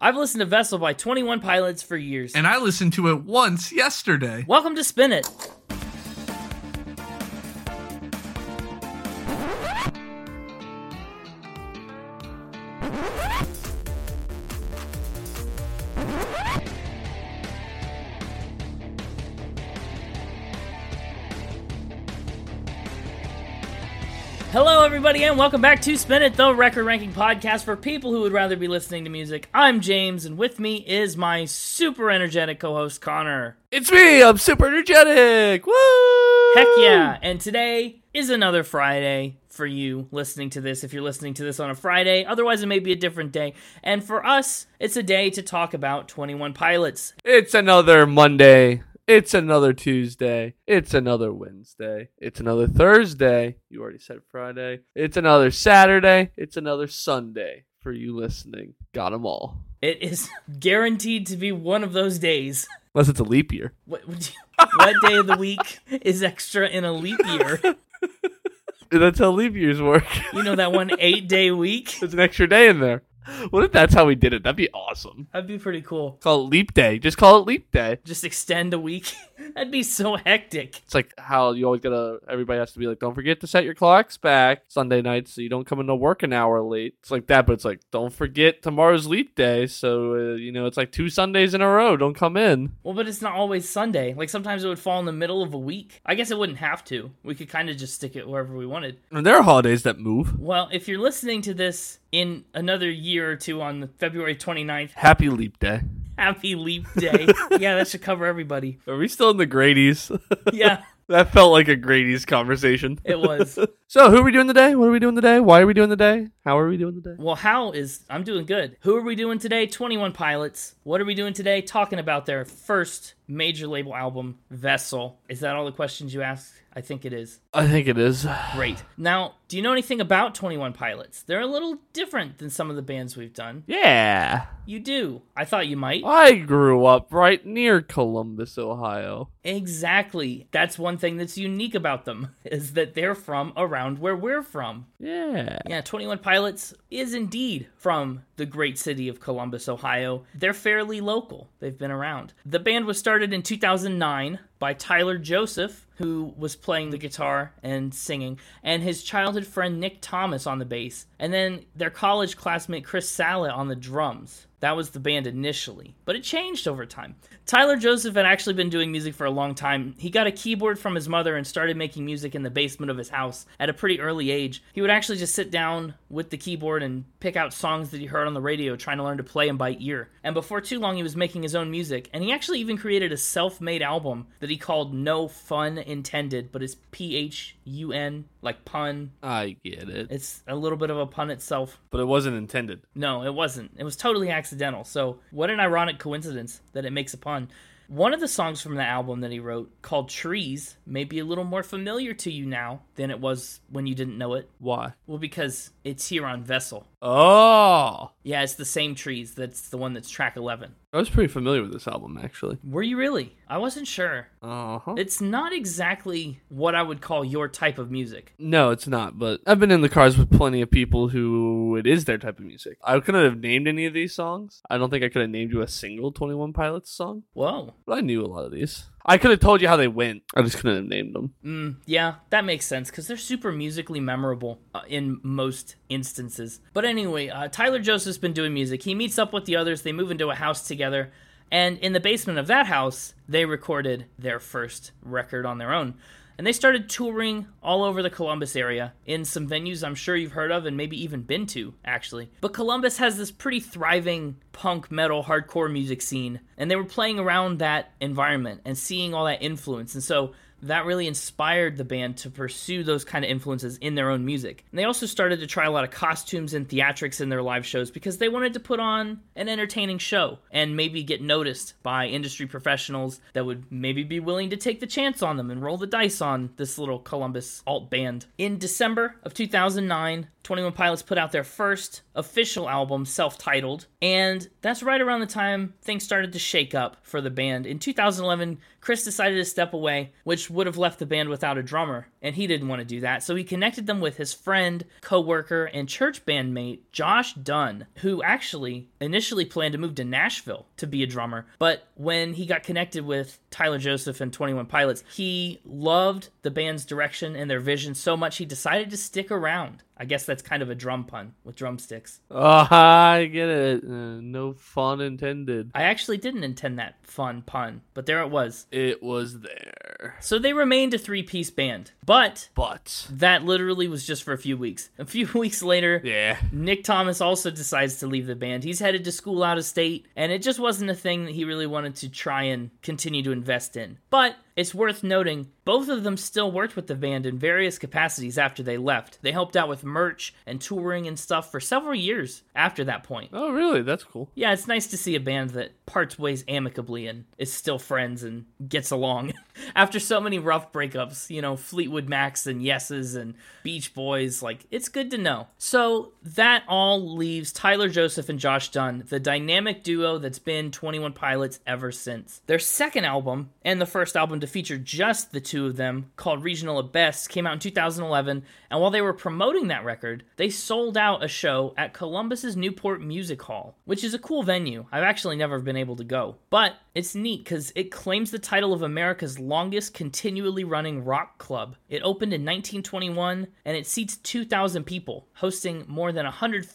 I've listened to Vessel by 21 Pilots for years. And I listened to it once yesterday. Welcome to Spin It. Hello, everybody, and welcome back to Spin It, the record ranking podcast for people who would rather be listening to music. I'm James, and with me is my super energetic co host, Connor. It's me. I'm super energetic. Woo! Heck yeah. And today is another Friday for you listening to this, if you're listening to this on a Friday. Otherwise, it may be a different day. And for us, it's a day to talk about 21 Pilots. It's another Monday. It's another Tuesday. It's another Wednesday. It's another Thursday. You already said Friday. It's another Saturday. It's another Sunday for you listening. Got them all. It is guaranteed to be one of those days. Unless it's a leap year. What, what do you- what day of the week is extra in a leap year? That's how leap years work. You know, that one eight day week? There's an extra day in there. What if that's how we did it? That'd be awesome. That'd be pretty cool. Call it leap day. Just call it leap day. Just extend a week. That'd be so hectic. It's like how you always gotta. Everybody has to be like, don't forget to set your clocks back Sunday night, so you don't come into work an hour late. It's like that, but it's like don't forget tomorrow's leap day. So uh, you know, it's like two Sundays in a row. Don't come in. Well, but it's not always Sunday. Like sometimes it would fall in the middle of a week. I guess it wouldn't have to. We could kind of just stick it wherever we wanted. And there are holidays that move. Well, if you're listening to this in another year or two on the February 29th, Happy leap day. happy leap day. yeah, that should cover everybody. Are we still in the Grady's? Yeah, that felt like a Grady's conversation. it was. So who are we doing today? What are we doing today? Why are we doing today? How are we doing today? Well, how is I'm doing good. Who are we doing today? 21 Pilots. What are we doing today? Talking about their first major label album, Vessel. Is that all the questions you asked? I think it is. I think it is. Great. Now, do you know anything about 21 Pilots? They're a little different than some of the bands we've done. Yeah. You do. I thought you might. I grew up right near Columbus, Ohio. Exactly. That's one thing that's unique about them is that they're from around where we're from. Yeah. Yeah, 21 Pilots is indeed from the great city of Columbus, Ohio. They're fairly local, they've been around. The band was started in 2009 by Tyler Joseph, who was playing the guitar and singing, and his childhood friend Nick Thomas on the bass, and then their college classmate Chris Sala on the drums. That was the band initially, but it changed over time. Tyler Joseph had actually been doing music for a long time. He got a keyboard from his mother and started making music in the basement of his house at a pretty early age. He would actually just sit down with the keyboard and pick out songs that he heard on the radio, trying to learn to play them by ear. And before too long, he was making his own music, and he actually even created a self made album that he called No Fun Intended, but it's P H U N, like pun. I get it. It's a little bit of a pun itself. But it wasn't intended. No, it wasn't. It was totally accidental. So, what an ironic coincidence that it makes a pun. One of the songs from the album that he wrote, called Trees, may be a little more familiar to you now than it was when you didn't know it. Why? Well, because it's here on Vessel. Oh. Yeah, it's the same trees. That's the one that's track 11. I was pretty familiar with this album, actually. Were you really? I wasn't sure. Uh huh. It's not exactly what I would call your type of music. No, it's not, but I've been in the cars with plenty of people who it is their type of music. I couldn't have named any of these songs. I don't think I could have named you a single 21 Pilots song, Whoa. but I knew a lot of these. I could have told you how they went. I just couldn't have named them. Mm, yeah, that makes sense because they're super musically memorable uh, in most instances. But anyway, uh, Tyler Joseph's been doing music. He meets up with the others, they move into a house together, and in the basement of that house, they recorded their first record on their own. And they started touring all over the Columbus area in some venues I'm sure you've heard of and maybe even been to, actually. But Columbus has this pretty thriving punk, metal, hardcore music scene, and they were playing around that environment and seeing all that influence. And so that really inspired the band to pursue those kind of influences in their own music. And they also started to try a lot of costumes and theatrics in their live shows because they wanted to put on an entertaining show and maybe get noticed by industry professionals that would maybe be willing to take the chance on them and roll the dice on this little Columbus alt band. In December of 2009, 21 Pilots put out their first official album, self titled, and that's right around the time things started to shake up for the band. In 2011, Chris decided to step away, which would have left the band without a drummer, and he didn't want to do that. So he connected them with his friend, coworker, and church bandmate Josh Dunn, who actually initially planned to move to Nashville to be a drummer, but when he got connected with Tyler Joseph and 21 Pilots, he loved the band's direction and their vision so much he decided to stick around. I guess that's kind of a drum pun with drumsticks. Oh, I get it. Uh, no fun intended. I actually didn't intend that fun pun, but there it was. It was there. So they remained a three piece band, but But. that literally was just for a few weeks. A few weeks later, Yeah. Nick Thomas also decides to leave the band. He's headed to school out of state, and it just wasn't a thing that he really wanted to try and continue to invest in. But it's worth noting, both of them still worked with the band in various capacities after they left. They helped out with merch and touring and stuff for several years after that point. Oh, really? That's cool. Yeah, it's nice to see a band that parts ways amicably and is still friends and gets along after so many rough breakups, you know, Fleetwood Macs and Yeses and Beach Boys. Like, it's good to know. So, that all leaves Tyler Joseph and Josh Dunn, the dynamic duo that's been 21 Pilots ever since. Their second album, and the first album to feature just the two of them, called Regional at Best, came out in 2011. And while they were promoting that record, they sold out a show at Columbus's Newport Music Hall, which is a cool venue. I've actually never been able to go, but it's neat because it claims the title of America's longest continually running rock club. It opened in 1921 and it seats 2,000 people, hosting more than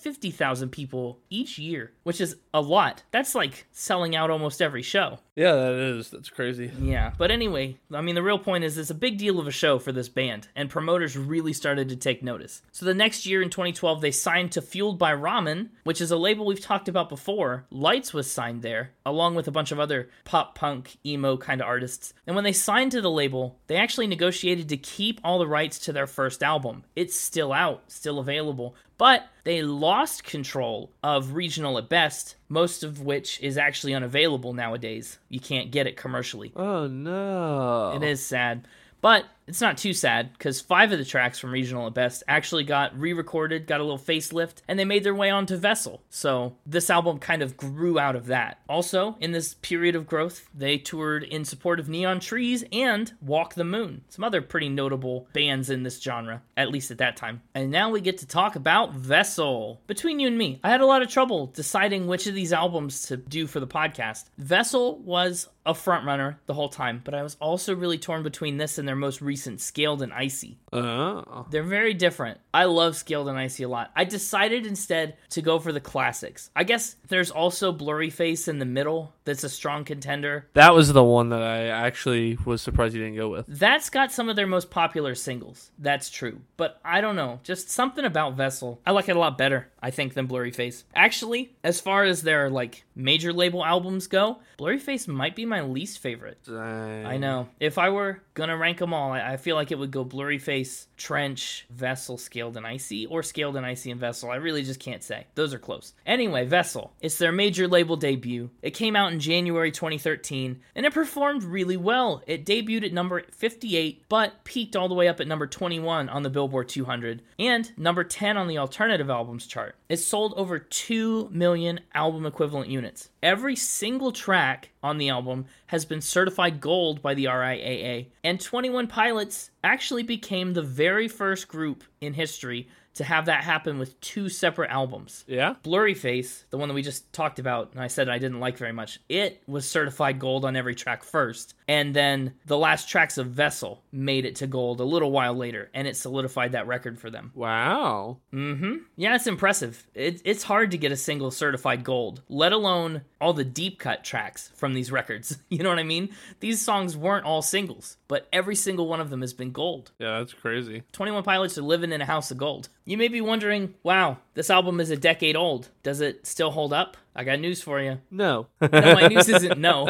150,000 people each year, which is a lot. That's like selling out almost every show. Yeah, that is. That's crazy. Yeah, but anyway, I mean, the real point is it's a big deal of a show for this band, and promoters really started to take notice. So the next year in 2012, they signed to Fueled by Ramen, which is a label we've talked about before. Lights was signed there, along with a bunch of other pop punk, emo kind of artists. And when they signed to the label, they actually negotiated to keep all the rights to their first album. It's still out, still available, but they lost control of regional at best, most of which is actually unavailable nowadays. You can't get it commercially. Oh, no. It is sad, but it's not too sad because five of the tracks from Regional at Best actually got re recorded, got a little facelift, and they made their way onto Vessel. So this album kind of grew out of that. Also, in this period of growth, they toured in support of Neon Trees and Walk the Moon, some other pretty notable bands in this genre, at least at that time. And now we get to talk about Vessel. Between you and me, I had a lot of trouble deciding which of these albums to do for the podcast. Vessel was a front runner the whole time, but I was also really torn between this and their most recent Scaled and Icy. Oh. They're very different. I love Scaled and Icy a lot. I decided instead to go for the classics. I guess there's also Blurry Face in the middle that's a strong contender. That was the one that I actually was surprised you didn't go with. That's got some of their most popular singles. That's true. But I don't know, just something about Vessel. I like it a lot better, I think, than Blurry Face. Actually, as far as their like major label albums go, Blurry Face might be my least favorite. I know. If I were gonna rank them all, I I feel like it would go blurry face, trench, vessel, scaled, and icy, or scaled and icy and vessel. I really just can't say. Those are close. Anyway, vessel. It's their major label debut. It came out in January 2013, and it performed really well. It debuted at number 58, but peaked all the way up at number 21 on the Billboard 200 and number 10 on the alternative albums chart. It sold over 2 million album equivalent units. Every single track on the album has been certified gold by the RIAA, and 21 Pilots actually became the very first group in history to have that happen with two separate albums. Yeah? Blurry Face, the one that we just talked about, and I said I didn't like very much, it was certified gold on every track first. And then the last tracks of Vessel made it to gold a little while later, and it solidified that record for them. Wow. Mm-hmm. Yeah, it's impressive. It, it's hard to get a single certified gold, let alone all the deep cut tracks from these records. You know what I mean? These songs weren't all singles, but every single one of them has been gold. Yeah, that's crazy. 21 Pilots are living in a house of gold. You may be wondering, wow, this album is a decade old. Does it still hold up? I got news for you. No. No, my news isn't no.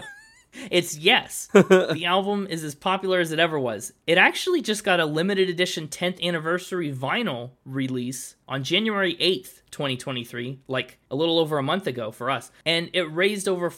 It's yes. The album is as popular as it ever was. It actually just got a limited edition 10th anniversary vinyl release on January 8th, 2023, like a little over a month ago for us. And it raised over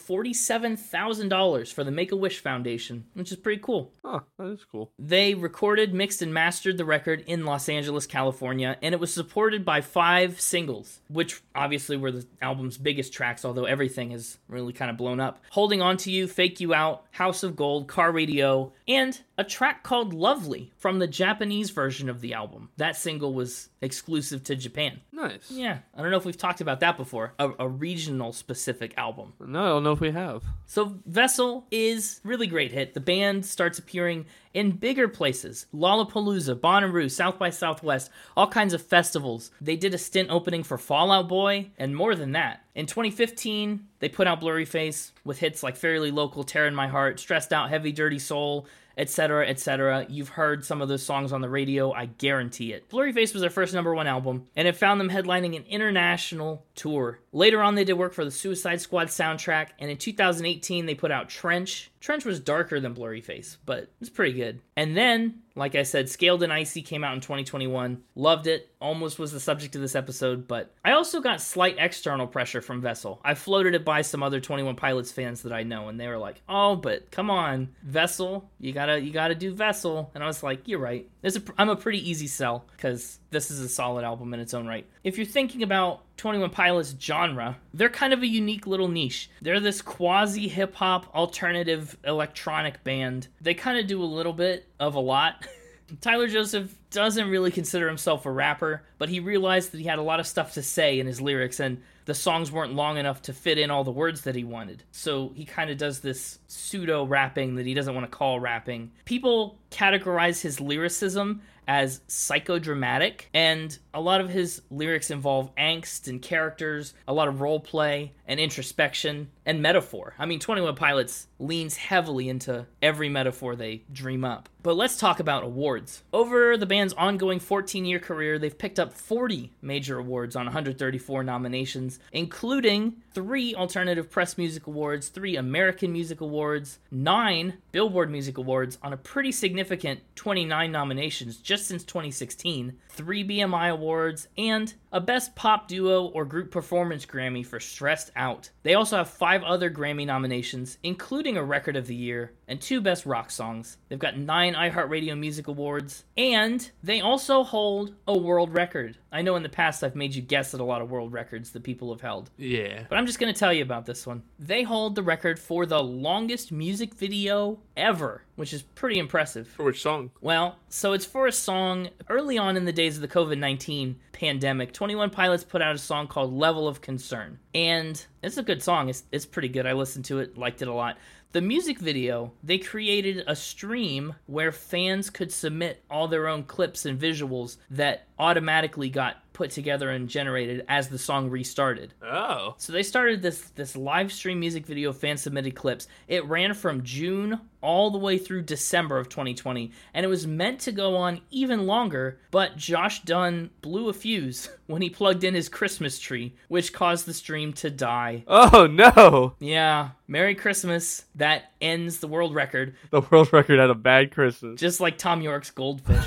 $47,000 for the Make a Wish Foundation, which is pretty cool. Huh, that is cool. They recorded, mixed, and mastered the record in Los Angeles, California, and it was supported by five singles, which obviously were the album's biggest tracks, although everything has really kind of blown up. Holding On to You, Fake You Out, House of Gold, Car Radio, and a track called Lovely from the Japanese version of the album. That single was exclusive to Japan. Nice. Yeah, I don't know if we've talked about that before, a, a regional specific album. No, I don't know if we have. So Vessel is really great hit. The band starts appearing in bigger places, Lollapalooza, Bonnaroo, South by Southwest, all kinds of festivals. They did a stint opening for Fallout Boy and more than that. In 2015, they put out Blurry Face with hits like Fairly Local, Tear in My Heart, Stressed Out, Heavy Dirty Soul, etc., etc. You've heard some of those songs on the radio, I guarantee it. Blurry Face was their first number one album, and it found them headlining an international tour. Later on, they did work for the Suicide Squad soundtrack, and in 2018, they put out Trench. Trench was darker than Blurry Face, but it's pretty good. And then, like I said, Scaled and Icy came out in 2021. Loved it. Almost was the subject of this episode, but I also got slight external pressure from Vessel. I floated it by some other 21 Pilots fans that I know, and they were like, "Oh, but come on, Vessel, you gotta you gotta do Vessel." And I was like, "You're right. This is a, I'm a pretty easy sell because this is a solid album in its own right." If you're thinking about 21 Pilots genre, they're kind of a unique little niche. They're this quasi hip hop alternative electronic band. They kind of do a little bit of a lot. Tyler Joseph doesn't really consider himself a rapper, but he realized that he had a lot of stuff to say in his lyrics, and the songs weren't long enough to fit in all the words that he wanted. So he kind of does this pseudo rapping that he doesn't want to call rapping. People categorize his lyricism as psychodramatic, and a lot of his lyrics involve angst and characters, a lot of role play and introspection and metaphor. I mean, 21 Pilots leans heavily into every metaphor they dream up. But let's talk about awards. Over the band's ongoing 14 year career, they've picked up 40 major awards on 134 nominations, including three Alternative Press Music Awards, three American Music Awards, nine Billboard Music Awards on a pretty significant 29 nominations just since 2016, three BMI Awards, and a Best Pop Duo or Group Performance Grammy for Stressed Out. They also have five other Grammy nominations, including a Record of the Year and two Best Rock Songs. They've got nine iHeartRadio Music Awards, and they also hold a world record. I know in the past I've made you guess at a lot of world records that people have held, Yeah. but I'm just going to tell you about this one. They hold the record for the longest music video ever, which is pretty impressive. For which song? Well, so it's for a song early on in the days of the COVID 19 pandemic. 21 Pilots put out a song called Level of Concern. And it's a good song. It's, it's pretty good. I listened to it, liked it a lot. The music video, they created a stream where fans could submit all their own clips and visuals that automatically got put together and generated as the song restarted. Oh. So they started this this live stream music video fan submitted clips. It ran from June all the way through December of 2020, and it was meant to go on even longer, but Josh Dunn blew a fuse when he plugged in his Christmas tree, which caused the stream to die. Oh no. Yeah, Merry Christmas. That ends the world record The world record had a bad Christmas. just like Tom York's goldfish.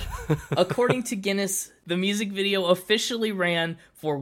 According to Guinness, the music video officially ran for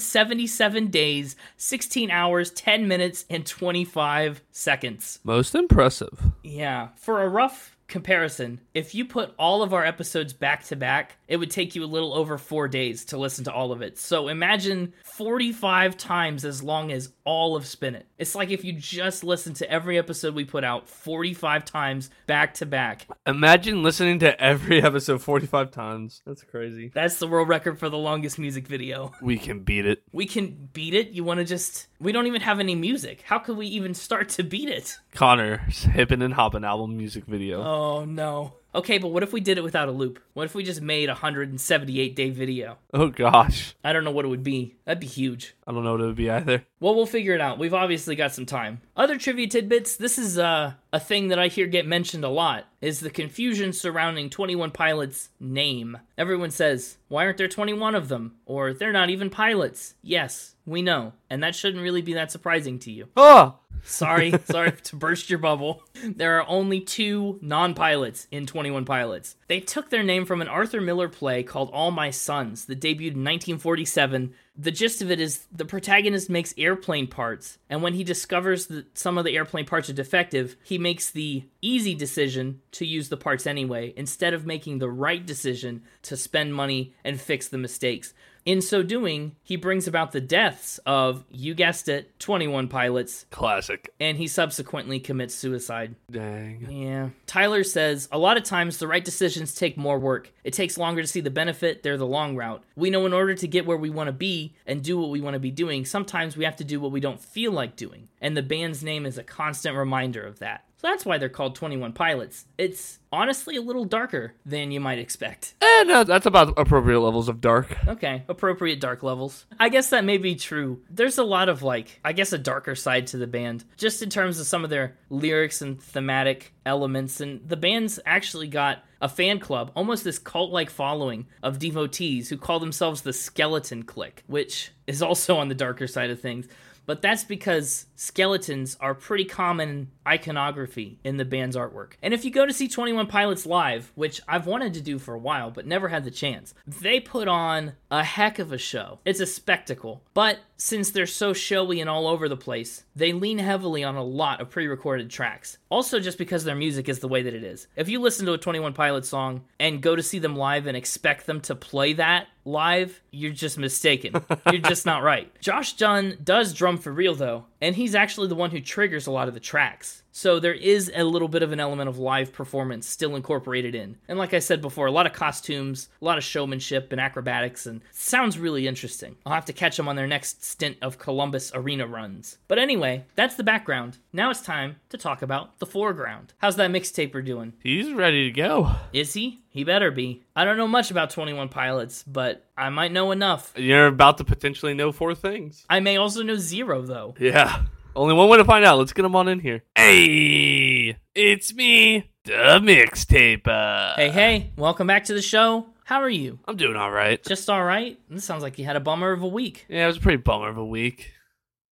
177 days, 16 hours, 10 minutes, and 25 seconds. Most impressive. Yeah. For a rough comparison, if you put all of our episodes back to back, it would take you a little over four days to listen to all of it. So imagine 45 times as long as all of Spin It. It's like if you just listened to every episode we put out 45 times back to back. Imagine listening to every episode 45 times. That's crazy. That's the world record for the longest music video. We can beat it. We can beat it. You want to just. We don't even have any music. How could we even start to beat it? Connor's Hippin' and Hoppin' album music video. Oh, no. Okay, but what if we did it without a loop? What if we just made a 178 day video? oh gosh. I don't know what it would be. That'd be huge. I don't know what it would be either. Well, we'll figure it out. We've obviously got some time. Other trivia tidbits. This is uh, a thing that I hear get mentioned a lot is the confusion surrounding 21 Pilots' name. Everyone says, "Why aren't there 21 of them?" or "They're not even pilots." Yes, we know, and that shouldn't really be that surprising to you. Oh, Sorry, sorry to burst your bubble. There are only two non pilots in 21 Pilots. They took their name from an Arthur Miller play called All My Sons that debuted in 1947. The gist of it is the protagonist makes airplane parts, and when he discovers that some of the airplane parts are defective, he makes the easy decision to use the parts anyway instead of making the right decision to spend money and fix the mistakes. In so doing, he brings about the deaths of, you guessed it, 21 pilots, Classic. and he subsequently commits suicide. Dang. Yeah. Tyler says a lot of times the right decisions take more work. It takes longer to see the benefit, they're the long route. We know in order to get where we want to be and do what we want to be doing, sometimes we have to do what we don't feel like doing. And the band's name is a constant reminder of that. So that's why they're called 21 Pilots. It's honestly a little darker than you might expect. And uh, that's about appropriate levels of dark. Okay, appropriate dark levels. I guess that may be true. There's a lot of like, I guess a darker side to the band, just in terms of some of their lyrics and thematic elements. And the band's actually got a fan club, almost this cult like following of devotees who call themselves the Skeleton Clique, which is also on the darker side of things. But that's because skeletons are pretty common iconography in the band's artwork. And if you go to see 21 Pilots live, which I've wanted to do for a while but never had the chance, they put on a heck of a show. It's a spectacle. But since they're so showy and all over the place, they lean heavily on a lot of pre recorded tracks. Also, just because their music is the way that it is. If you listen to a 21 Pilots song and go to see them live and expect them to play that live, you're just mistaken. You're just not right. Josh Dunn does drum for real though, and he's actually the one who triggers a lot of the tracks. So there is a little bit of an element of live performance still incorporated in. And like I said before, a lot of costumes, a lot of showmanship and acrobatics and sounds really interesting. I'll have to catch them on their next stint of Columbus arena runs. But anyway, that's the background. Now it's time to talk about the foreground. How's that mixtaper doing? He's ready to go. Is he? He better be. I don't know much about 21 Pilots, but I might know enough. You're about to potentially know four things. I may also know zero, though. Yeah. Only one way to find out. Let's get him on in here. Hey, it's me, the mixtape. uh, Hey, hey, welcome back to the show. How are you? I'm doing all right. Just all right? This sounds like you had a bummer of a week. Yeah, it was a pretty bummer of a week.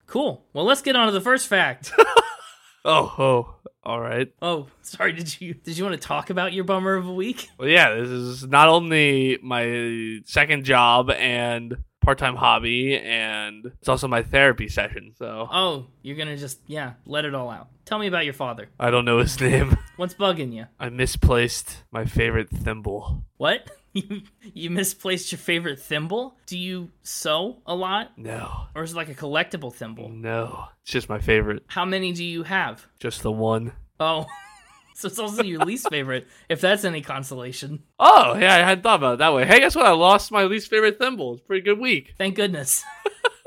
Cool. Well, let's get on to the first fact. Oh, oh, all right. oh, sorry. Did you did you want to talk about your bummer of a week? Well, yeah, this is not only my second job and part-time hobby, and it's also my therapy session. So Oh, you're gonna just yeah, let it all out. Tell me about your father. I don't know his name. What's bugging you? I misplaced my favorite thimble. What? You you misplaced your favorite thimble? Do you sew a lot, No, or is it like a collectible thimble? no, it's just my favorite, How many do you have? just the one. Oh, so it's also your least favorite, if that's any consolation. Oh, yeah, I hadn't thought about it that way. Hey, guess what? I lost my least favorite thimble. It's a pretty good week. Thank goodness.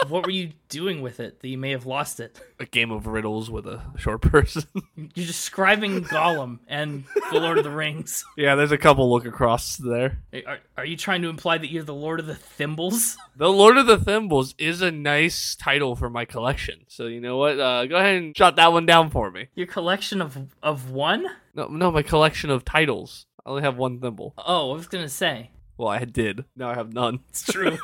what were you doing with it that you may have lost it? A game of riddles with a short person. You're describing Gollum and the Lord of the Rings. yeah, there's a couple look across there. Are, are you trying to imply that you're the Lord of the Thimbles? The Lord of the Thimbles is a nice title for my collection. So you know what? Uh, go ahead and jot that one down for me. Your collection of of one? No, no, my collection of titles. I only have one thimble. Oh, I was gonna say Well, I did. Now I have none. it's true.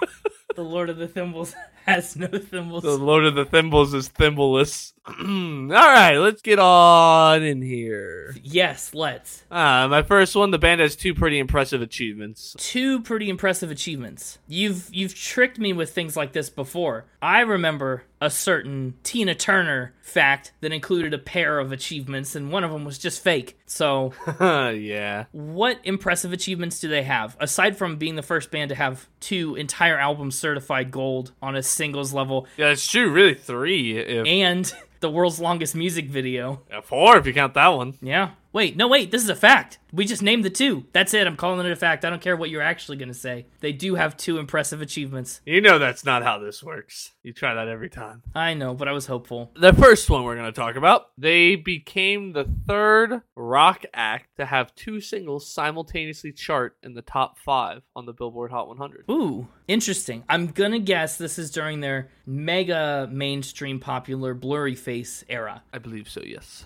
the Lord of the Thimbles has no The thimbles. Lord of the Thimbles is thimbleless. All right, let's get on in here. Yes, let's. Uh, my first one. The band has two pretty impressive achievements. two pretty impressive achievements. You've you've tricked me with things like this before. I remember a certain Tina Turner fact that included a pair of achievements and one of them was just fake. So, yeah. what impressive achievements do they have aside from being the first band to have two entire albums certified gold on a singles level Yeah, it's true. Really, three. If, and the world's longest music video? uh, four, if you count that one. Yeah. Wait, no, wait, this is a fact. We just named the two. That's it. I'm calling it a fact. I don't care what you're actually going to say. They do have two impressive achievements. You know that's not how this works. You try that every time. I know, but I was hopeful. the first one we're going to talk about. They became the third rock act to have two singles simultaneously chart in the top five on the Billboard Hot 100. Ooh, interesting. I'm gonna guess this is during their mega mainstream popular blurry face era. I believe so, yes.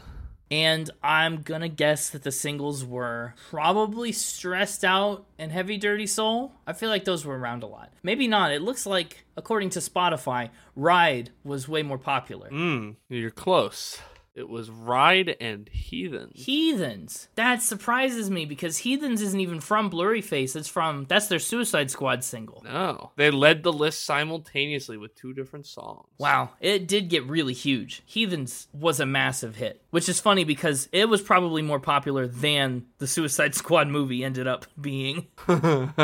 And I'm gonna guess that the singles were probably Stressed Out and Heavy Dirty Soul. I feel like those were around a lot. Maybe not. It looks like, according to Spotify, Ride was way more popular. Hmm, you're close. It was Ride and Heathens. Heathens. That surprises me because Heathens isn't even from Blurry Face. It's from that's their Suicide Squad single. no. They led the list simultaneously with two different songs. Wow, it did get really huge. Heathens was a massive hit, which is funny because it was probably more popular than the Suicide Squad movie ended up being.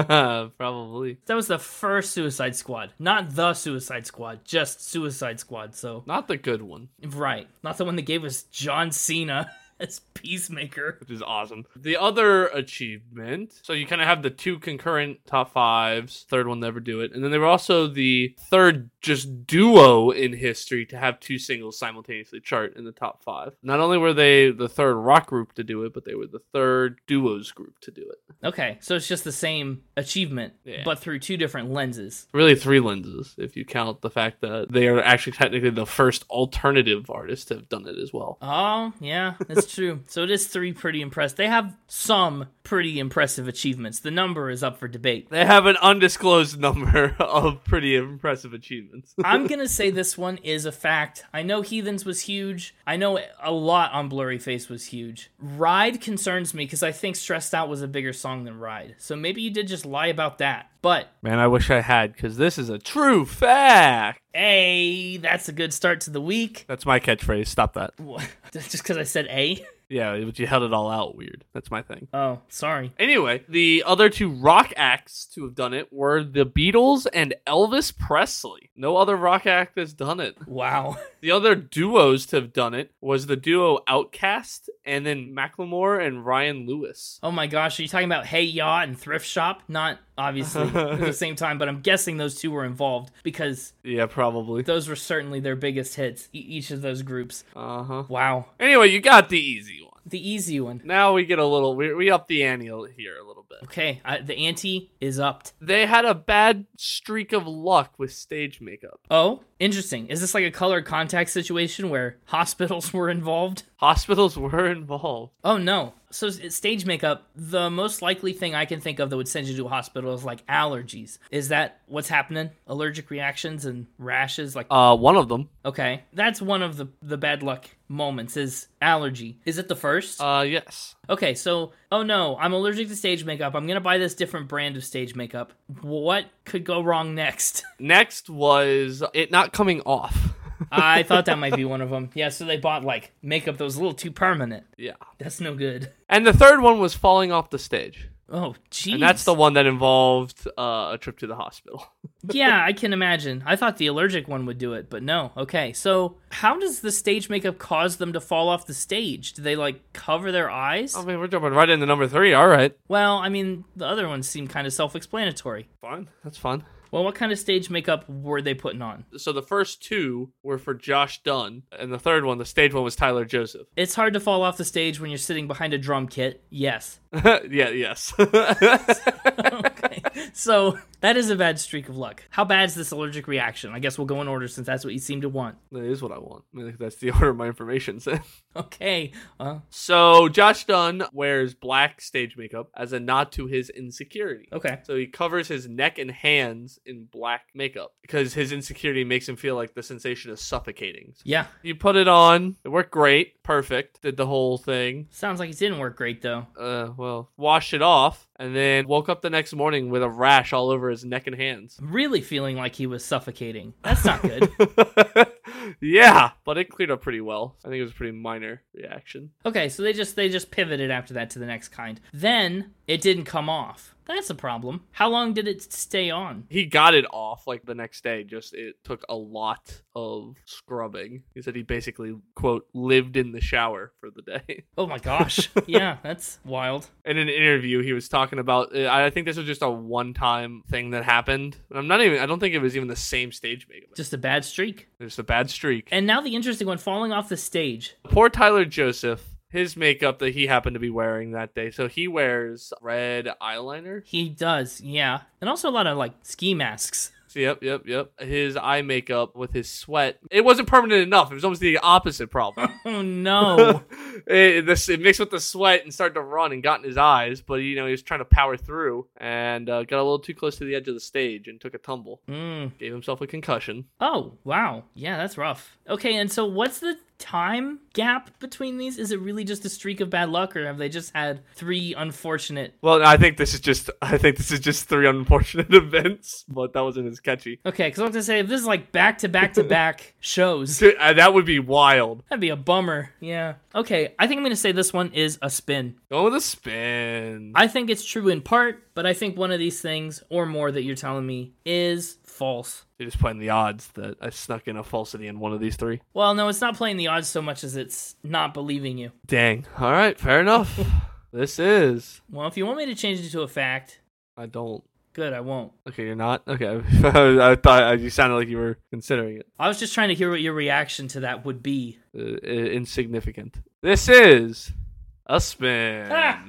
Probably. That was the first Suicide Squad, not the Suicide Squad, just Suicide Squad. So, Not the good one, right, not the one that gave us John Cena as Peacemaker. which is awesome. The other achievement. So you kind of have the two concurrent top fives. Third one never do it. And then they were also the third just duo in history to have two singles simultaneously chart in the top five. Not only were they the third rock group to do it, but they were the third duos group to do it. Okay, so it's just the same achievement, Yeah. but through two different lenses. Really, three lenses, if you count the fact that they are actually technically the first alternative artist to have done it as well. Oh, yeah, that's true. So it is three pretty impressed. They have some pretty impressive achievements. The number is up for debate. They have an undisclosed number of pretty impressive achievements. I'm gonna say this one is a fact. I know Heathens was huge. I know a lot on Blurry Face was huge. Ride concerns me because I think Stressed Out was a bigger song than Ride. So maybe you did just lie about that. But Man, I wish I had, because this is a true fact. hey, that's a good start to the week. That's my catchphrase. Stop that. What? Just because I said a? Yeah, but you held it all out weird. That's my thing. Oh, sorry. Anyway, the other two rock acts to have done it were the Beatles and Elvis Presley. No other rock act has done it. Wow. The other duos to have done it was the duo Outcast and then Macklemore and Ryan Lewis. Oh my gosh, are you talking about Hey Ya and Thrift Shop? Not obviously at the same time, but I'm guessing those two were involved because Yeah, probably. those were certainly their biggest hits, e- each of those groups. Uh huh. Wow. Anyway, you got the easy one. The easy one. Now we get a little, we, we up the ante here a little bit. Okay, I, the ante is upped. They had a bad streak of luck with stage makeup. Oh, interesting. Is this like a colored contact situation where hospitals were involved? Hospitals were involved. Oh no. So s- stage makeup, the most likely thing I can think of that would send you to a hospital is like allergies. Is that what's happening? Allergic reactions and rashes like Uh, one of them. Okay, that's one of the the bad luck moments is allergy. Is it the first? Uh, yes. okay, so oh no, I'm allergic to stage makeup. I'm gonna buy this different brand of stage makeup. What could go wrong next? Next was it not coming off. I thought that might be one of them. Yeah, so they bought like makeup that was a little too permanent. yeah. That's no good. And the third one was falling off the stage. Oh, jeez. And that's the one that involved uh, a trip to the hospital. yeah, I can imagine. I thought the allergic one would do it, but no. Okay, so how does the stage makeup cause them to fall off the stage? Do they like cover their eyes? I mean, we're jumping right into number three. All right. Well, I mean, the other ones seem kind of self explanatory. Fine. That's fun. Well, what kind of stage makeup were they putting on? So the first two were for Josh Dunn, and the third one, the stage one, was Tyler Joseph. It's hard to fall off the stage when you're sitting behind a drum kit. Yes. yeah, yes. I Okay. so that is a bad streak of luck. How bad is this allergic reaction? I guess we'll go in order since that's what you seem to want. That is what I want. I think That's the order my information's in. Okay. Uh, So Josh Dunn wears black stage makeup as a nod to his insecurity. okay. So he covers his neck and hands in black makeup because his insecurity makes him feel like the sensation is suffocating. Yeah. You put it on. It worked great. Perfect. Did the whole thing. Sounds like it didn't work great though. Uh, well, washed it off and then woke up the next morning with a rash all over his neck and hands. I'm really feeling like he was suffocating. That's not good. yeah, but it cleared up pretty well. I think it was a pretty minor reaction. okay, so they just they just pivoted after that to the next kind. Then it didn't come off. That's a problem. How long did it stay on? he got it off like the next day just it took a lot of scrubbing he said he basically quote lived in the shower for the day Oh my gosh. yeah, that's wild. in an interview he was talking about uh, i I think this was just a one-time thing that happened And i'm not even i don't think it was even the same stage makeup Just a bad streak. there's a bad streak And now the interesting one falling off the stage. poor tyler joseph his makeup that he happened to be wearing that day so he wears red eyeliner He does, yeah. And also a lot of like ski masks. So, yep yep yep his eye makeup with his sweat it wasn't permanent enough it was almost the opposite problem Oh no. it, this, it mixed with the sweat and started to run and got in his eyes, but you know he was trying to power through and uh, got a little too close to the edge of the stage and took a tumble. mm. Gave himself a concussion. Oh, wow. Yeah, that's rough. Okay, and so what's the time gap between these? Is it really just a streak of bad luck, or have they just had three unfortunate? Well, I think this is just I think this is just three unfortunate events, but that wasn't as catchy. Okay, because I was gonna say if this is like back to back to back shows, Dude, uh, that would be wild. that'd be a bummer. Yeah. Okay, I think I'm gonna say this one is a spin. Go with a spin. I think it's true in part, but I think one of these things or more that you're telling me is false. You're just playing the odds that I snuck in a falsity in one of these three. Well, no, it's not playing the odds so much as it's not believing you. Dang. All right, fair enough. this is. Well, if you want me to change it to a fact, I don't. good, I won't. Okay, you're not. Okay, I thought uh, you sounded like you were considering it I was just trying to hear what your reaction to that would be. uh, i- insignificant. This is a spin. Ah!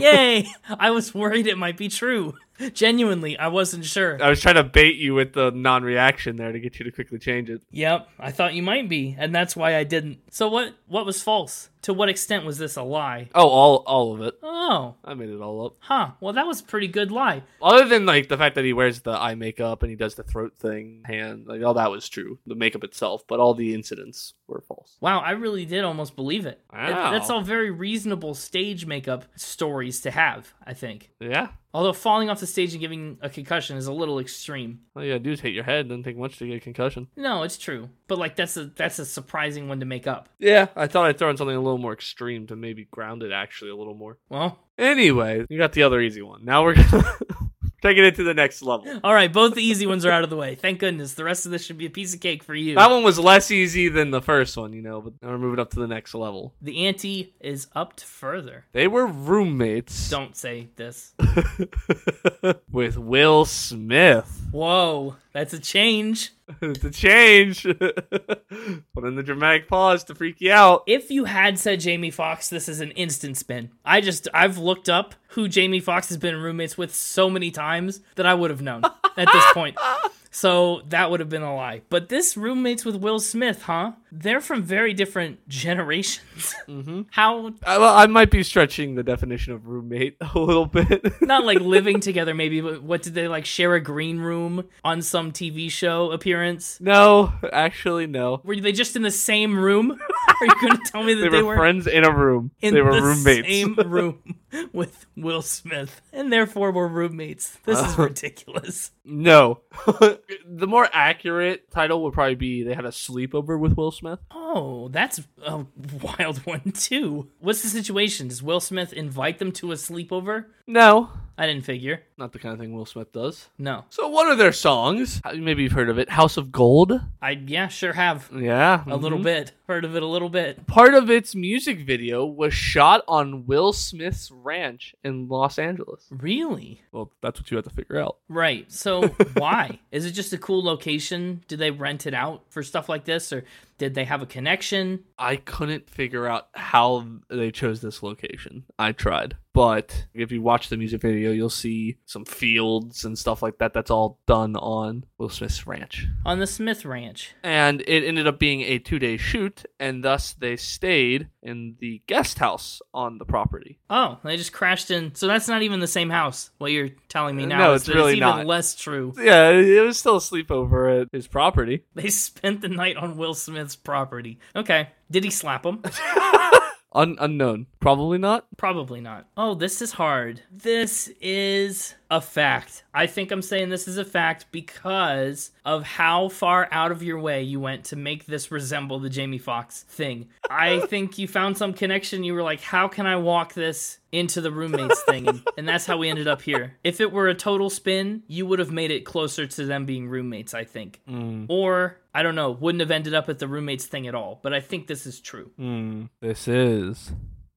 Yay! I was worried it might be true. Genuinely, I wasn't sure. I was trying to bait you with the non-reaction there to get you to quickly change it. Yep, I thought you might be, and that's why I didn't. So what what was false? To what extent was this a lie? Oh, all all of it. Oh, I made it all up. huh. Well, that was a pretty good lie. Other than like the fact that he wears the eye makeup and he does the throat thing, hand, like all that was true. The makeup itself, but all the incidents were false. Wow, I really did almost believe it. That- Wow. That's all very reasonable stage makeup stories to have, I think. Yeah. Although falling off the stage and giving a concussion is a little extreme. All you gotta do is hit your head, doesn't take much to get a concussion. No, it's true. But like that's a that's a surprising one to make up. Yeah, I thought I'd throw in something a little more extreme to maybe ground it actually a little more. Well, Anyway, you got the other easy one. Now we're gonna taking it to the next level. all right, both the easy ones are out of the way. Thank goodness. The rest of this should be a piece of cake for you. That one was less easy than the first one, you know, but now we're moving up to the next level. The ante is upped further. They were roommates Don't say this. with Will Smith. Whoa, that's a change. it's a change. Put in the dramatic pause to freak you out. If you had said Jamie Foxx, this is an instant spin. I just I've looked up who Jamie Foxx has been roommates with so many times that I would have known at this point. So that would have been a lie. But this roommates with Will Smith, huh? They're from very different generations. How I, well, I might be stretching the definition of roommate a little bit. not like living together maybe, but what did they like share a green room on some TV show appearance? no, actually, no. Were they just in the same room? Are you going to tell me that They, they, were, were friends in a room. in they were the roommates. same room with Will Smith and therefore were roommates? This is Oh. ridiculous. No. the more accurate title would probably be they had a sleepover with Will Smith. Oh, that's a wild one too. What's the situation? Does Will Smith invite them to a sleepover? No. I didn't figure. Not the kind of thing Will Smith does. No. So one of their songs, maybe you've heard of it, House of Gold. I yeah, sure have. Yeah. A little bit. Heard of it a little bit. Part of its music video was shot on Will Smith's ranch in Los Angeles. Really? Well, that's what you have to figure out. Right. So why? Is it just a cool location? Did they rent it out for stuff like this or did they have a connection? I couldn't figure out how they chose this location. I tried. But if you watch the music video, you'll see some fields and stuff like that. That's all done on Will Smith's ranch. On the Smith Ranch. And it ended up being a two day shoot, and thus they stayed in the guest house on the property. Oh, they just crashed in. So that's not even the same house. What you're telling me now Uh, No, is it's that really it's even not. less true. Yeah, it was still a sleepover at his property. They spent the night on Will Smith's property. Okay. Did he slap him? Un- unknown. Probably not. Probably not. Oh, this is hard. This is a fact. I think I'm saying this is a fact because of how far out of your way you went to make this resemble the Jamie Foxx thing. I think you found some connection. You were like, how can I walk this into the roommates thing? And, and that's how we ended up here. If it were a total spin, you would have made it closer to them being roommates, I think. Or, I don't know, wouldn't have ended up at the roommates thing at all. But I think this is true. Mm. Hmm. This is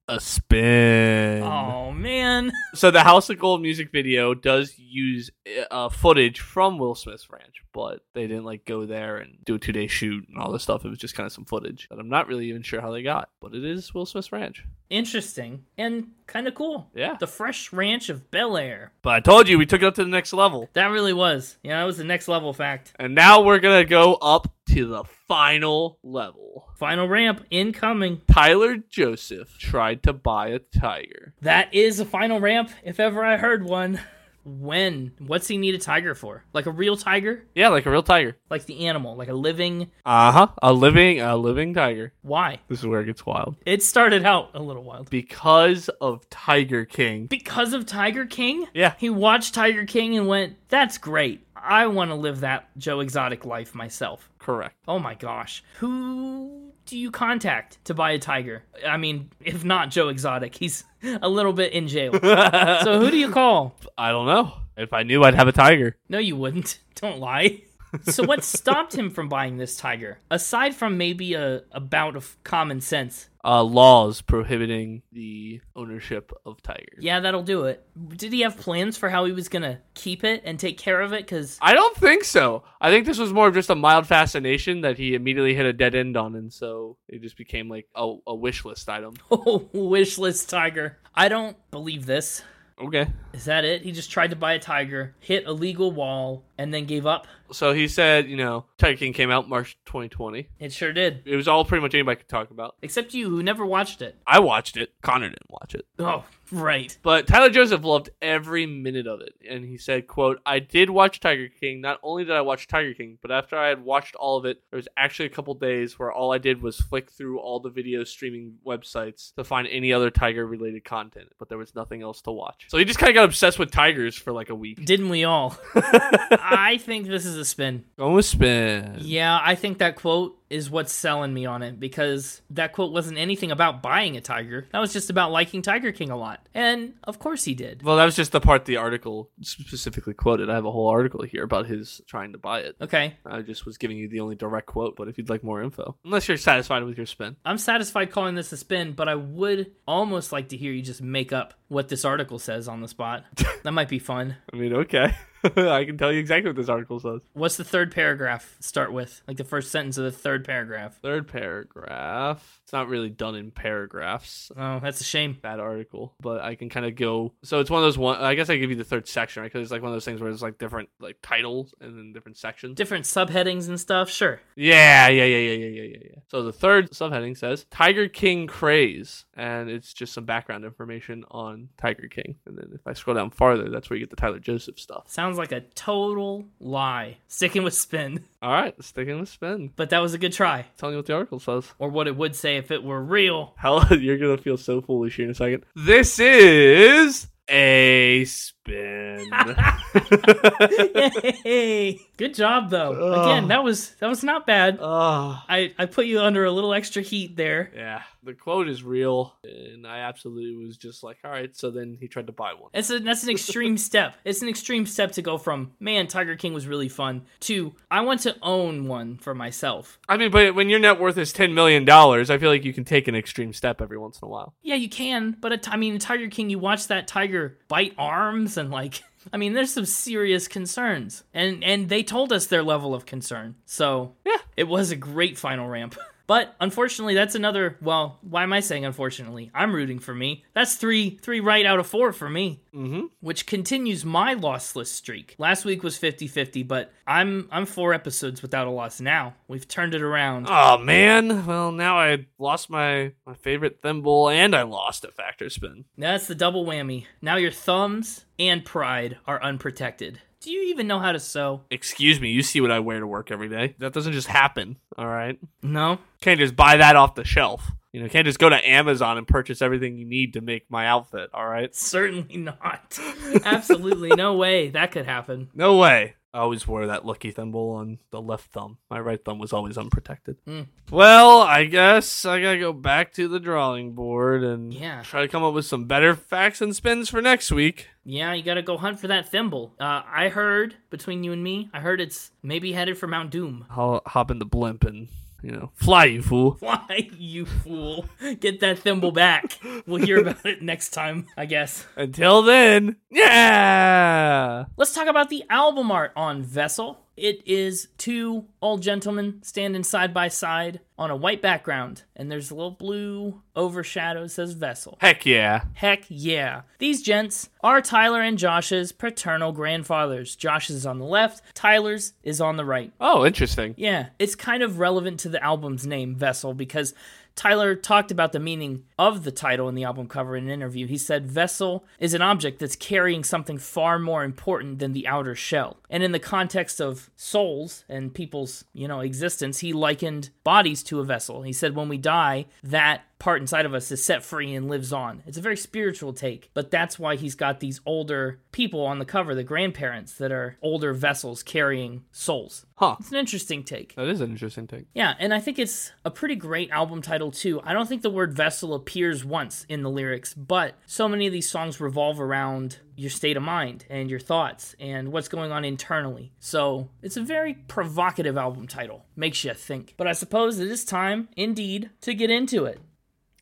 a spin. Oh, man. So the House of Gold music video does use uh, footage from Will Smith's ranch, but they didn't like go there and do a two day shoot and all this stuff. It was just kind of some footage that I'm not really even sure how they got, but it is Will Smith's ranch. interesting and kind of cool. Yeah. The Fresh Ranch of Bel Air. But I told you we took it up to the next level, That really was. Yeah, that was the next level fact. and now we're gonna go up to the final level. Final ramp incoming. Tyler Joseph tried to buy a tiger. That is a final ramp, if ever I heard one. when? What's he need a tiger for? Like a real tiger? Yeah, like a real tiger. Like the animal, like a living? Uh huh. A living, a living tiger. Why? This is where it gets wild. It started out a little wild. Because of Tiger King. Because of Tiger King? Yeah. He watched Tiger King and went, that's great. I want to live that Joe Exotic life myself. Correct. Oh my gosh. Who do you contact to buy a tiger? I mean, if not Joe Exotic, he's a little bit in jail. so who do you call? I don't know. If I knew, I'd have a tiger. No, you wouldn't. Don't lie. so what stopped him from buying this tiger? Aside from maybe a, a bout of common sense. Uh, laws prohibiting the ownership of tigers. Yeah, that'll do it. Did he have plans for how he was going to keep it and take care of it cuz I don't think so. I think this was more of just a mild fascination that he immediately hit a dead end on, and so it just became like a, a wish list item. oh, wish list tiger. I don't believe this. Okay. Is that it? He just tried to buy a tiger, hit a legal wall, and then gave up? So he said, you know, Tiger King came out March 2020. It sure did. It was all pretty much anybody could talk about. Except you, who never watched it. I watched it. Connor didn't watch it. Oh, right. But Tyler Joseph loved every minute of it, and he said, "quote I did watch Tiger King. Not only did I watch Tiger King, but after I had watched all of it, there was actually a couple days where all I did was flick through all the video streaming websites to find any other tiger-related content, but there was nothing else to watch. So he just kind of got obsessed with tigers for like a week. Didn't we all? I think this is a spin. Going with spin. Yeah, I think that quote is what's selling me on it because that quote wasn't anything about buying a tiger. That was just about liking Tiger King a lot. And of course he did. Well, that was just the part the article specifically quoted. I have a whole article here about his trying to buy it. Okay, I just was giving you the only direct quote, but if you'd like more info, unless you're satisfied with your spin. I'm satisfied calling this a spin, but I would almost like to hear you just make up what this article says on the spot. that might be fun. I mean, okay. I can tell you exactly what this article says. What's the third paragraph start with? Like the first sentence of the third paragraph. Third paragraph. It's not really done in paragraphs. Oh, that's a shame. That article, but I can kind of go. So it's one of those one. I guess I give you the third section, right? Because it's like one of those things where it's like different like titles and then different sections. Different subheadings and stuff, sure. Yeah, yeah, yeah, yeah, yeah, yeah, yeah, yeah. So the third subheading says Tiger King craze, and it's just some background information on Tiger King. And then if I scroll down farther, that's where you get the Tyler Joseph stuff. Sounds like a total lie. Sticking with spin, All right, sticking with spin. but that was a good try. Telling you what the article says. Or what it would say if it were real. Hell, you're gonna feel so foolish here in a second. This is a spin. Yay! Good job though. Again, Ugh. that was that was not bad. oh, I I put you under a little extra heat there. yeah. The quote is real, and I absolutely was just like, all right. So then he tried to buy one. It's a, that's an extreme step. It's an extreme step to go from man, Tiger King was really fun to I want to own one for myself. I mean, but when your net worth is ten million dollars, I feel like you can take an extreme step every once in a while. Yeah, you can, but a t- I mean, Tiger King, you watch that tiger bite arms and like. I mean, there's some serious concerns, and and they told us their level of concern. So Yeah. it was a great final ramp. But unfortunately, that's another. Well, why am I saying unfortunately? I'm rooting for me. That's three, three right out of four for me, Mm-hmm. which continues my lossless streak. Last week was 50-50, but I'm I'm four episodes without a loss now. We've turned it around. Oh man. Well, now I lost my my favorite thimble, and I lost a factor spin. Now that's the double whammy. Now your thumbs and pride are unprotected. Do you even know how to sew? Excuse me. You see what I wear to work every day? That doesn't just happen. All right. No. Can't just buy that off the shelf. You know, can't just go to Amazon and purchase everything you need to make my outfit. All right. Certainly not. Absolutely no way that could happen. No way. I always wore that lucky thimble on the left thumb. My right thumb was always unprotected. Mm. Well, I guess I gotta go back to the drawing board and Yeah. try to come up with some better facts and spins for next week. Yeah, you gotta go hunt for that thimble. Uh, I heard between you and me, I heard it's maybe headed for Mount Doom. I'll hop in the blimp and, you know, fly, you fool. Why, you fool? Get that thimble back. We'll hear about it next time, I guess. Until then, yeah! Let's talk about the album art on Vessel. It is two old gentlemen standing side by side on a white background, and there's a little blue overshadow that says Vessel. Heck yeah. Heck yeah. These gents are Tyler and Josh's paternal grandfathers. Josh's is on the left, Tyler's is on the right. Oh, interesting. Yeah, it's kind of relevant to the album's name, Vessel, because Tyler talked about the meaning of the title in the album cover in an interview. He said, Vessel is an object that's carrying something far more important than the outer shell. And in the context of souls and people's, you know, existence, he likened bodies to a vessel. He said, when we die, that part inside of us is set free and lives on. It's a very spiritual take, but that's why he's got these older people on the cover, the grandparents that are older vessels carrying souls. Huh. It's an interesting take. That is an interesting take. Yeah, and I think it's a pretty great album title too. I don't think the word vessel appears once in the lyrics, but so many of these songs revolve around your state of mind and your thoughts and what's going on internally. So it's a very provocative album title. Makes you think. But I suppose it is time, indeed, to get into it.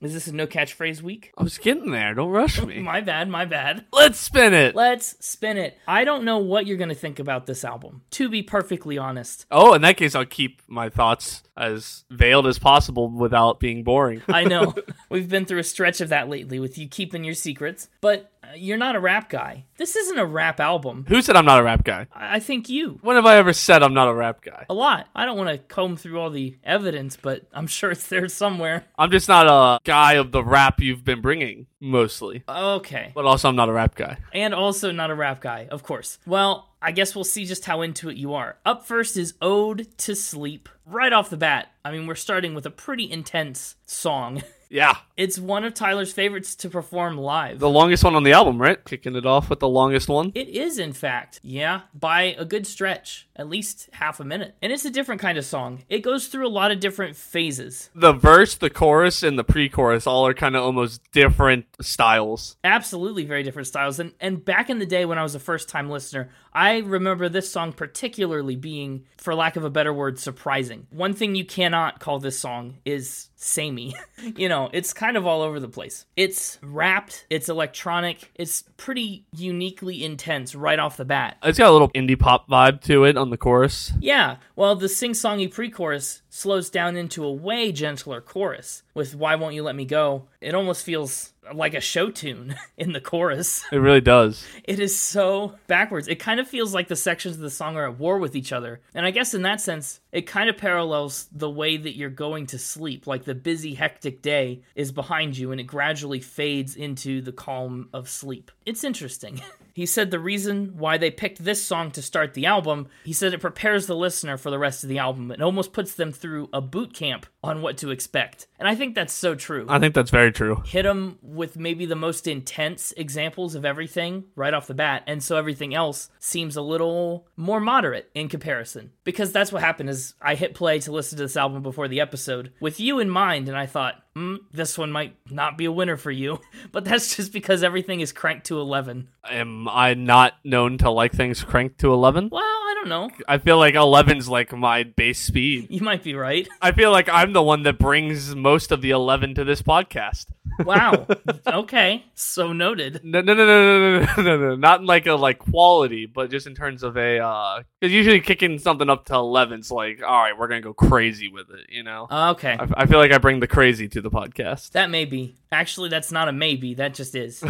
Is this a no catchphrase week? I was getting there. Don't rush me. My bad, my bad. Let's spin it. Let's spin it. I don't know what you're going to think about this album, to be perfectly honest. Oh, in that case, I'll keep my thoughts as veiled as possible without being boring. I know. We've been through a stretch of that lately with you keeping your secrets, but uh, you're not a rap guy. This isn't a rap album. Who said I'm not a rap guy? I I think you. When have I ever said I'm not a rap guy? A lot. I don't want to comb through all the evidence, but I'm sure it's there somewhere. I'm just not a guy of the rap you've been bringing, mostly. Okay. But also, I'm not a rap guy. And also not a rap guy, of course. Well, I guess we'll see just how into it you are. Up first is Ode to Sleep. Right off the bat, I mean, we're starting with a pretty intense song. Yeah. It's one of Tyler's favorites to perform live. The longest one on the album, right? Kicking it off with the longest one. It is, in fact, yeah, by a good stretch, at least half a minute. And it's a different kind of song. It goes through a lot of different phases. The verse, the chorus, and the pre chorus all are kind of almost different styles. Absolutely very different styles. And, and back in the day when I was a first time listener, I remember this song particularly being, for lack of a better word, surprising. One thing you cannot call this song is samey. you know, it's kind of all over the place. It's wrapped, it's electronic, it's pretty uniquely intense right off the bat. It's got a little indie pop vibe to it on the chorus. Yeah, well, the sing songy pre chorus slows down into a way gentler chorus with Why Won't You Let Me Go. It almost feels like a show tune in the chorus. It really does. It is so backwards. It kind of feels like the sections of the song are at war with each other. And I guess in that sense, it kind of parallels the way that you're going to sleep. Like the busy, hectic day is behind you and it gradually fades into the calm of sleep. It's interesting. He said the reason why they picked this song to start the album, he said it prepares the listener for the rest of the album. It almost puts them through a boot camp on what to expect. And I think that's so true I think that's very true. hit them with maybe the most intense examples of everything right off the bat and so everything else seems a little more moderate in comparison because that's what happened is i hit play to listen to this album before the episode with you in mind and i thought mm, this one might not be a winner for you but that's just because everything is cranked to 11 Am I not known to like things cranked to 11? well i don't know I feel like 11's like my base speed. you might be right I feel like I'm the one that brings most of the 11 to this podcast. wow okay so noted No, no, no, no, no, no, no, no, no. Not in like a like quality, but just in terms of a uh, because usually kicking something up to 11's like, all right, we're gonna go crazy with it, you know. okay I, I feel like I bring the crazy to the podcast. That may be. Actually, that's not a maybe. That just is.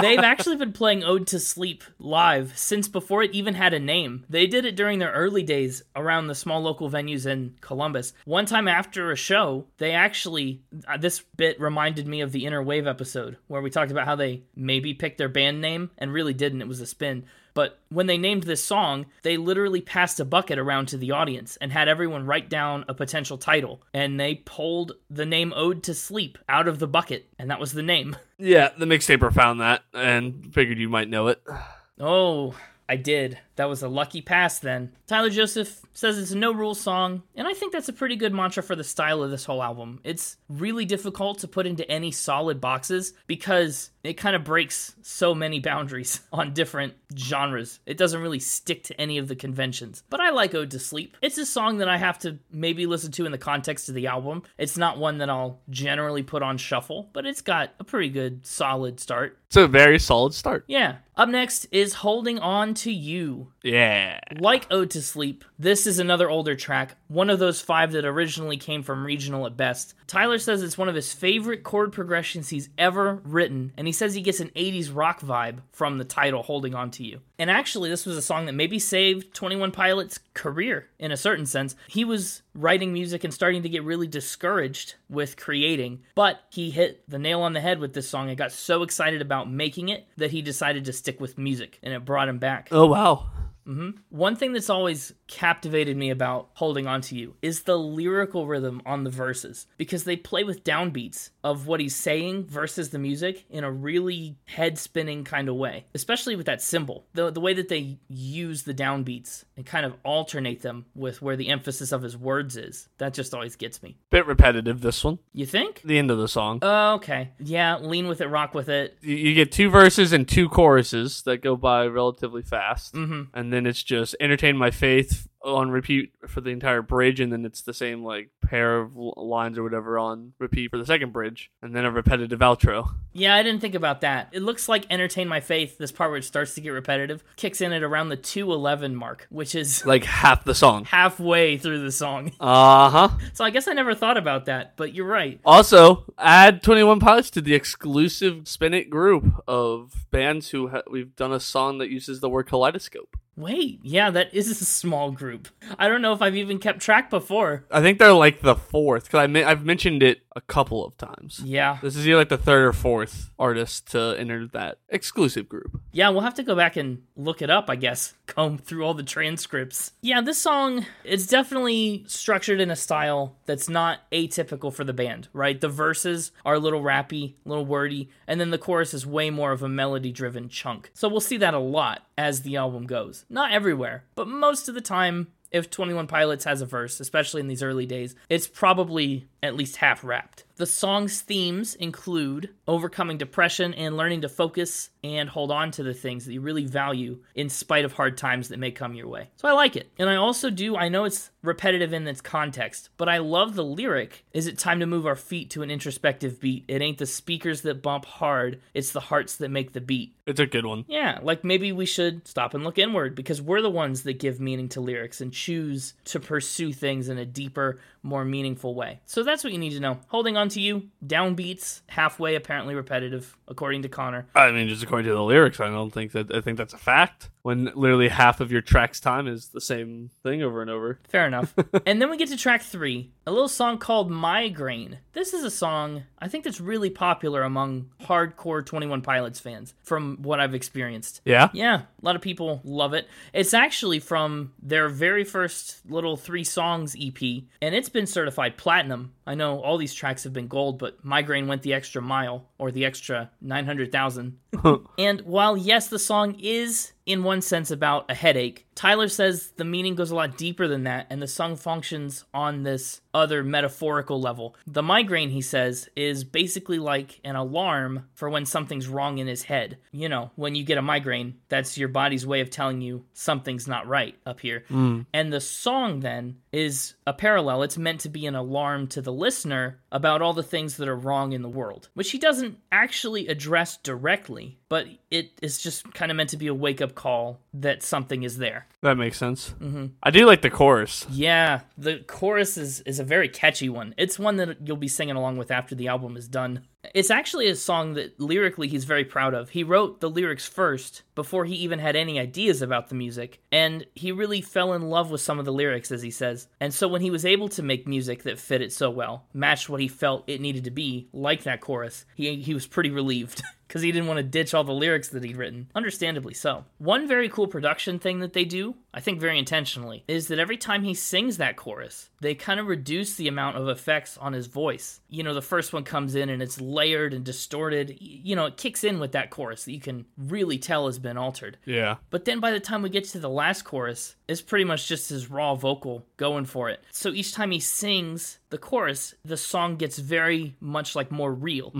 They've actually been playing Ode to Sleep live since before it even had a name. They did it during their early days around the small local venues in Columbus. One time after a show, they actually, uh, this bit reminded me of the Inner Wave episode where we talked about how they maybe picked their band name and really didn't. It was a spin. But when they named this song, they literally passed a bucket around to the audience and had everyone write down a potential title. And they pulled the name Ode to Sleep out of the bucket, and that was the name. Yeah, the mixtaper found that and figured you might know it. Oh, I did. That was a lucky pass then. Tyler Joseph says it's a no rules song, and I think that's a pretty good mantra for the style of this whole album. It's really difficult to put into any solid boxes because it kind of breaks so many boundaries on different genres. It doesn't really stick to any of the conventions. But I like Ode to Sleep. It's a song that I have to maybe listen to in the context of the album. It's not one that I'll generally put on shuffle, but it's got a pretty good solid start. It's a very solid start. Yeah. Up next is Holding On to You. Yeah. Like Ode to Sleep, This is another older track, one of those five that originally came from regional at best. Tyler says it's one of his favorite chord progressions he's ever written, and he says he gets an 80s rock vibe from the title Holding On to You. And actually, this was a song that maybe saved 21 Pilot's career in a certain sense. He was writing music and starting to get really discouraged with creating, but he hit the nail on the head with this song and got so excited about making it that he decided to stick with music, and it brought him back. Oh wow. One thing that's always captivated me about holding on to you is the lyrical rhythm on the verses because they play with downbeats of what he's saying versus the music in a really head spinning kind of way, especially with that symbol. The, the way that they use the downbeats and kind of alternate them with where the emphasis of his words is, that just always gets me. Bit repetitive this one. You think? Uh, The end of the song. Okay. Yeah, lean with it, rock with it. you- you get two verses and two choruses that go by relatively fast, Mm. Mm-hmm. and then it's just entertain my faith on repeat for the entire bridge, and then it's the same like pair of l- lines or whatever on repeat for the second bridge, and then a repetitive outro. Yeah, I didn't think about that. It looks like Entertain My Faith, this part where it starts to get repetitive, kicks in at around the 211 mark, which is Like half the song. halfway through the song. Uh huh. So I guess I never thought about that, but you're right. Also, add Twenty One Pilots to the exclusive Spin It group of bands who ha- we've done a song that uses the word kaleidoscope. Wait, yeah, that is a small group. I don't know if I've even kept track before. I think they're like the fourth because I mi- I've mentioned it a couple of times. Yeah. This is either like the third or fourth artist to enter that exclusive group. Yeah, we'll have to go back and look it up, I guess. Comb through all the transcripts. Yeah, this song it's definitely structured in a style that's not atypical for the band, right? The verses are a little rappy, a little wordy, and then the chorus is way more of a melody-driven chunk. So we'll see that a lot as the album goes. Not everywhere, but most of the time if 21 Pilots has a verse, especially in these early days, it's probably at least half wrapped. The song's themes include overcoming depression and learning to focus and hold on to the things that you really value in spite of hard times that may come your way. So I like it. And I also do, I know it's repetitive in its context, but I love the lyric Is it time to move our feet to an introspective beat? It ain't the speakers that bump hard, it's the hearts that make the beat. It's a good one. Yeah, like maybe we should stop and look inward because we're the ones that give meaning to lyrics and choose to pursue things in a deeper, more meaningful way. So that's what you need to know. Holding on to you, downbeats, halfway apparently repetitive, according to Connor. I mean, just according to the lyrics, I don't think that I think that's a fact. When literally half of your track's time is the same thing over and over. Fair enough. and then we get to track three, a little song called Migraine. This is a song I think that's really popular among hardcore 21 Pilots fans, from what I've experienced. Yeah. Yeah, a lot of people love it. It's actually from their very first little three songs EP, and it's been certified platinum. I know all these tracks have been gold, but Migraine went the extra mile, or the extra 900,000. and while, yes, the song is, in one sense, about a headache, Tyler says the meaning goes a lot deeper than that, and the song functions on this other metaphorical level. The migraine, he says, is basically like an alarm for when something's wrong in his head. You know, when you get a migraine, that's your body's way of telling you something's not right up here. And the song then is a parallel. It's meant to be an alarm to the listener about all the things that are wrong in the world, which he doesn't actually address directly, but it is just kind of meant to be a wake up call that something is there. That makes sense. I do like the chorus. Yeah, the chorus is, is a very catchy one. It's one that you'll be singing along with after the album is done. It's actually a song that lyrically he's very proud of. He wrote the lyrics first before he even had any ideas about the music, and he really fell in love with some of the lyrics, as he says. And so when he was able to make music that fit it so well, matched what he felt it needed to be, like that chorus, he, he was pretty relieved. because he didn't want to ditch all the lyrics that he'd written. Understandably so. One very cool production thing that they do, I think very intentionally, is that every time he sings that chorus, they kind of reduce the amount of effects on his voice. You know, the first one comes in and it's layered and distorted. Y- You know, it kicks in with that chorus that you can really tell has been altered. Yeah. But then by the time we get to the last chorus, it's pretty much just his raw vocal going for it. So each time he sings the chorus, the song gets very much like more real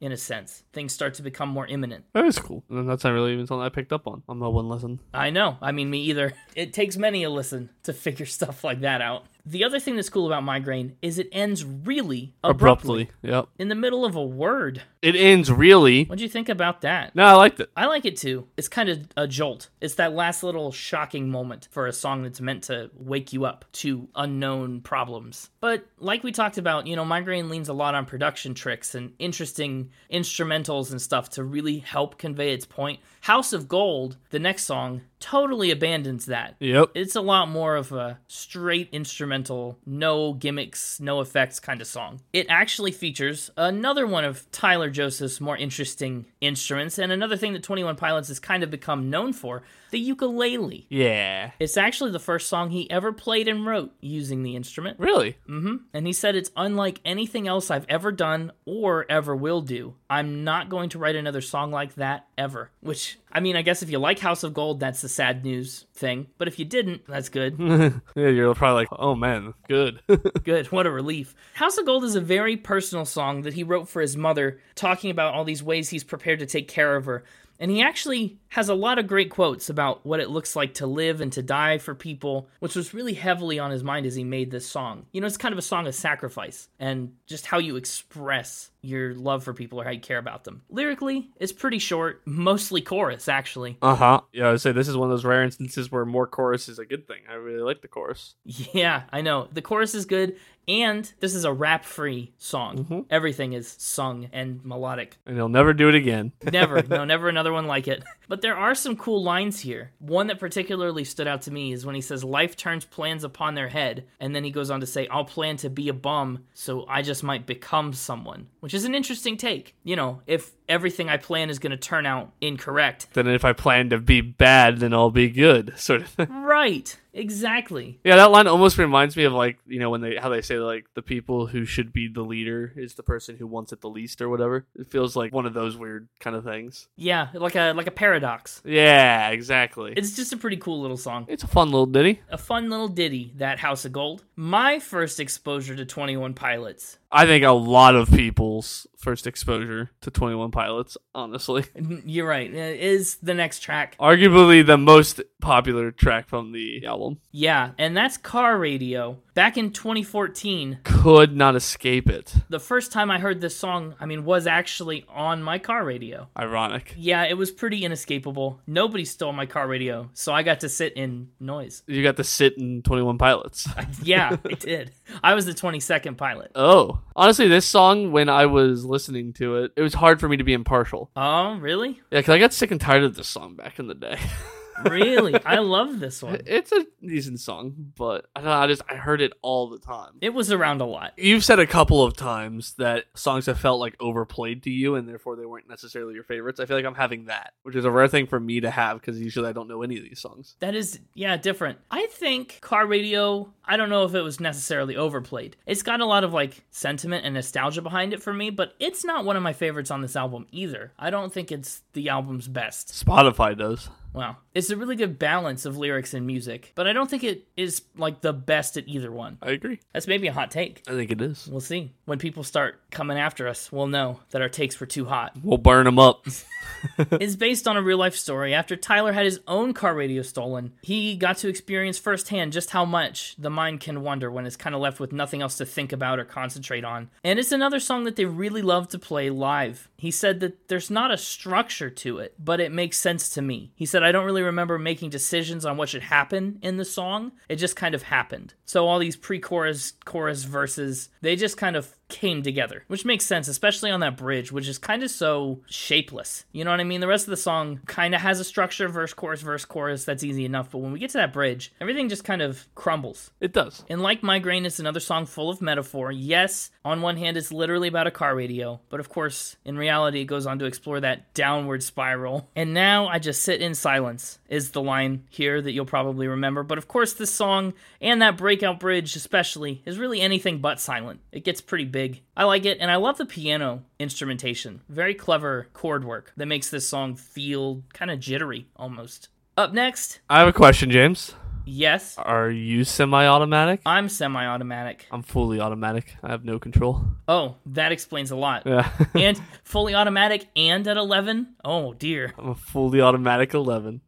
in a sense. Things start to become more imminent. That is cool. And that's not really even something I picked up on on my one lesson. I know. I mean, me either. It takes many a listen to figure stuff like that out. The other thing that's cool about migraine is it ends really abruptly, Abruptly. Yep. in the middle of a word. It ends really. What'd you think about that? No, I liked it. I like it too. It's kind of a jolt. It's that last little shocking moment for a song that's meant to wake you up to unknown problems. But like we talked about, you know, Migraine leans a lot on production tricks and interesting instrumentals and stuff to really help convey its point. House of Gold, the next song, totally abandons that. Yep. It's a lot more of a straight instrumental, no gimmicks, no effects kind of song. It actually features another one of Tyler Joseph's more interesting instruments, and another thing that 21 Pilots has kind of become known for the ukulele. Yeah. It's actually the first song he ever played and wrote using the instrument. Really? hmm And he said, It's unlike anything else I've ever done or ever will do. I'm not going to write another song like that ever. Which, I mean, I guess if you like House of Gold, that's the sad news thing. But if you didn't, that's good. yeah, you're probably like, oh man, good. Good. What a relief. House of Gold is a very personal song that he wrote for his mother, talking about all these ways he's prepared to take care of her. And he actually has a lot of great quotes about what it looks like to live and to die for people, which was really heavily on his mind as he made this song. You know, it's kind of a song of sacrifice and just how you express your love for people or how you care about them. Lyrically, it's pretty short, mostly chorus, actually. uh huh. Yeah, I would say this is one of those rare instances where more chorus is a good thing. I really like the chorus. Yeah, I know. The chorus is good, and this is a rap free song. Everything is sung and melodic. And he'll never do it again. Never, no, never another one like it. But there are some cool lines here. One that particularly stood out to me is when he says, Life turns plans upon their head. And then he goes on to say, I'll plan to be a bum, so I just might become someone, which is an interesting take. You know, if everything I plan is going to turn out incorrect. then if I plan to be bad, then I'll be good, sort of thing. Right, exactly. Yeah, that line almost reminds me of like you know when they how they say like the people who should be the leader is the person who wants it the least or whatever. It feels like one of those weird kind of things. Yeah, like a like a paradox. Yeah, exactly. It's, It's just a pretty cool little song. a fun little ditty. a fun little ditty, that House of Gold. My first exposure to 21 Pilots. I think a lot of people's first exposure to Twenty One Pilots, honestly, You're right, uh, is the next track. arguably the most popular track from the album, Yeah, and that's Car Radio. Back in 2014, could not escape it. the first time I heard this song, I mean, was actually on my car radio. Ironic. Yeah, it was pretty inescapable. Nobody stole my car radio, so I got to sit in noise. You got to sit in Twenty One Pilots. Yeah, I did. I was the 22nd pilot. Oh, honestly, this song when I was listening to it, it was hard for me to be impartial. Oh, really? Yeah, because I got sick and tired of this song back in the day. Really? I love this one. it's a decent song, but I don't know. I just I heard it all the time. It was around a lot. You've said a couple of times that songs have felt like overplayed to you, and therefore they weren't necessarily your favorites. I feel like I'm having that, which is a rare thing for me to have because usually I don't know any of these songs. That is, yeah, different. I think car radio, I don't know if it was necessarily overplayed. It's got a lot of like sentiment and nostalgia behind it for me, but it's not one of my favorites on this album either. I don't think it's the album's best. Spotify does. Wow. It's a really good balance of lyrics and music, but I don't think it is like the best at either one. I agree. That's maybe a hot take. I think it is. We'll see. When people start coming after us, we'll know that our takes were too hot. We'll burn them up. is based on a real life story. After Tyler had his own car radio stolen, he got to experience firsthand just how much the mind can wander when it's kind of left with nothing else to think about or concentrate on. And it's another song that they really love to play live. He said that there's not a structure to it, but it makes sense to me. He said, I don't really remember making decisions on what should happen in the song, it just kind of happened. So all these pre chorus, chorus verses, they just kind of came together, which makes sense, especially on that bridge, which is kind of so shapeless. You know what I mean? The rest of the song kind of has a structure verse, chorus, verse, chorus. That's easy enough. But when we get to that bridge, everything just kind of crumbles. it does. And like Migraine, it's another song full of metaphor. Yes, on one hand, it's literally about a car radio, but of course, in reality, it goes on to explore that downward spiral. And now I just sit in silence, is the line here that you'll probably remember. But of course, this song and that breakout bridge, especially, is really anything but silent. It gets pretty big. I like it, and I love the piano instrumentation. Very clever chord work that makes this song feel kind of jittery almost. Up next, I have a question, James. yes, Are you semi-automatic? I'm semi automatic. I'm fully automatic. I have no control. Oh, that explains a lot. Yeah. and fully automatic and at 11? Oh, dear. I'm a fully automatic 11.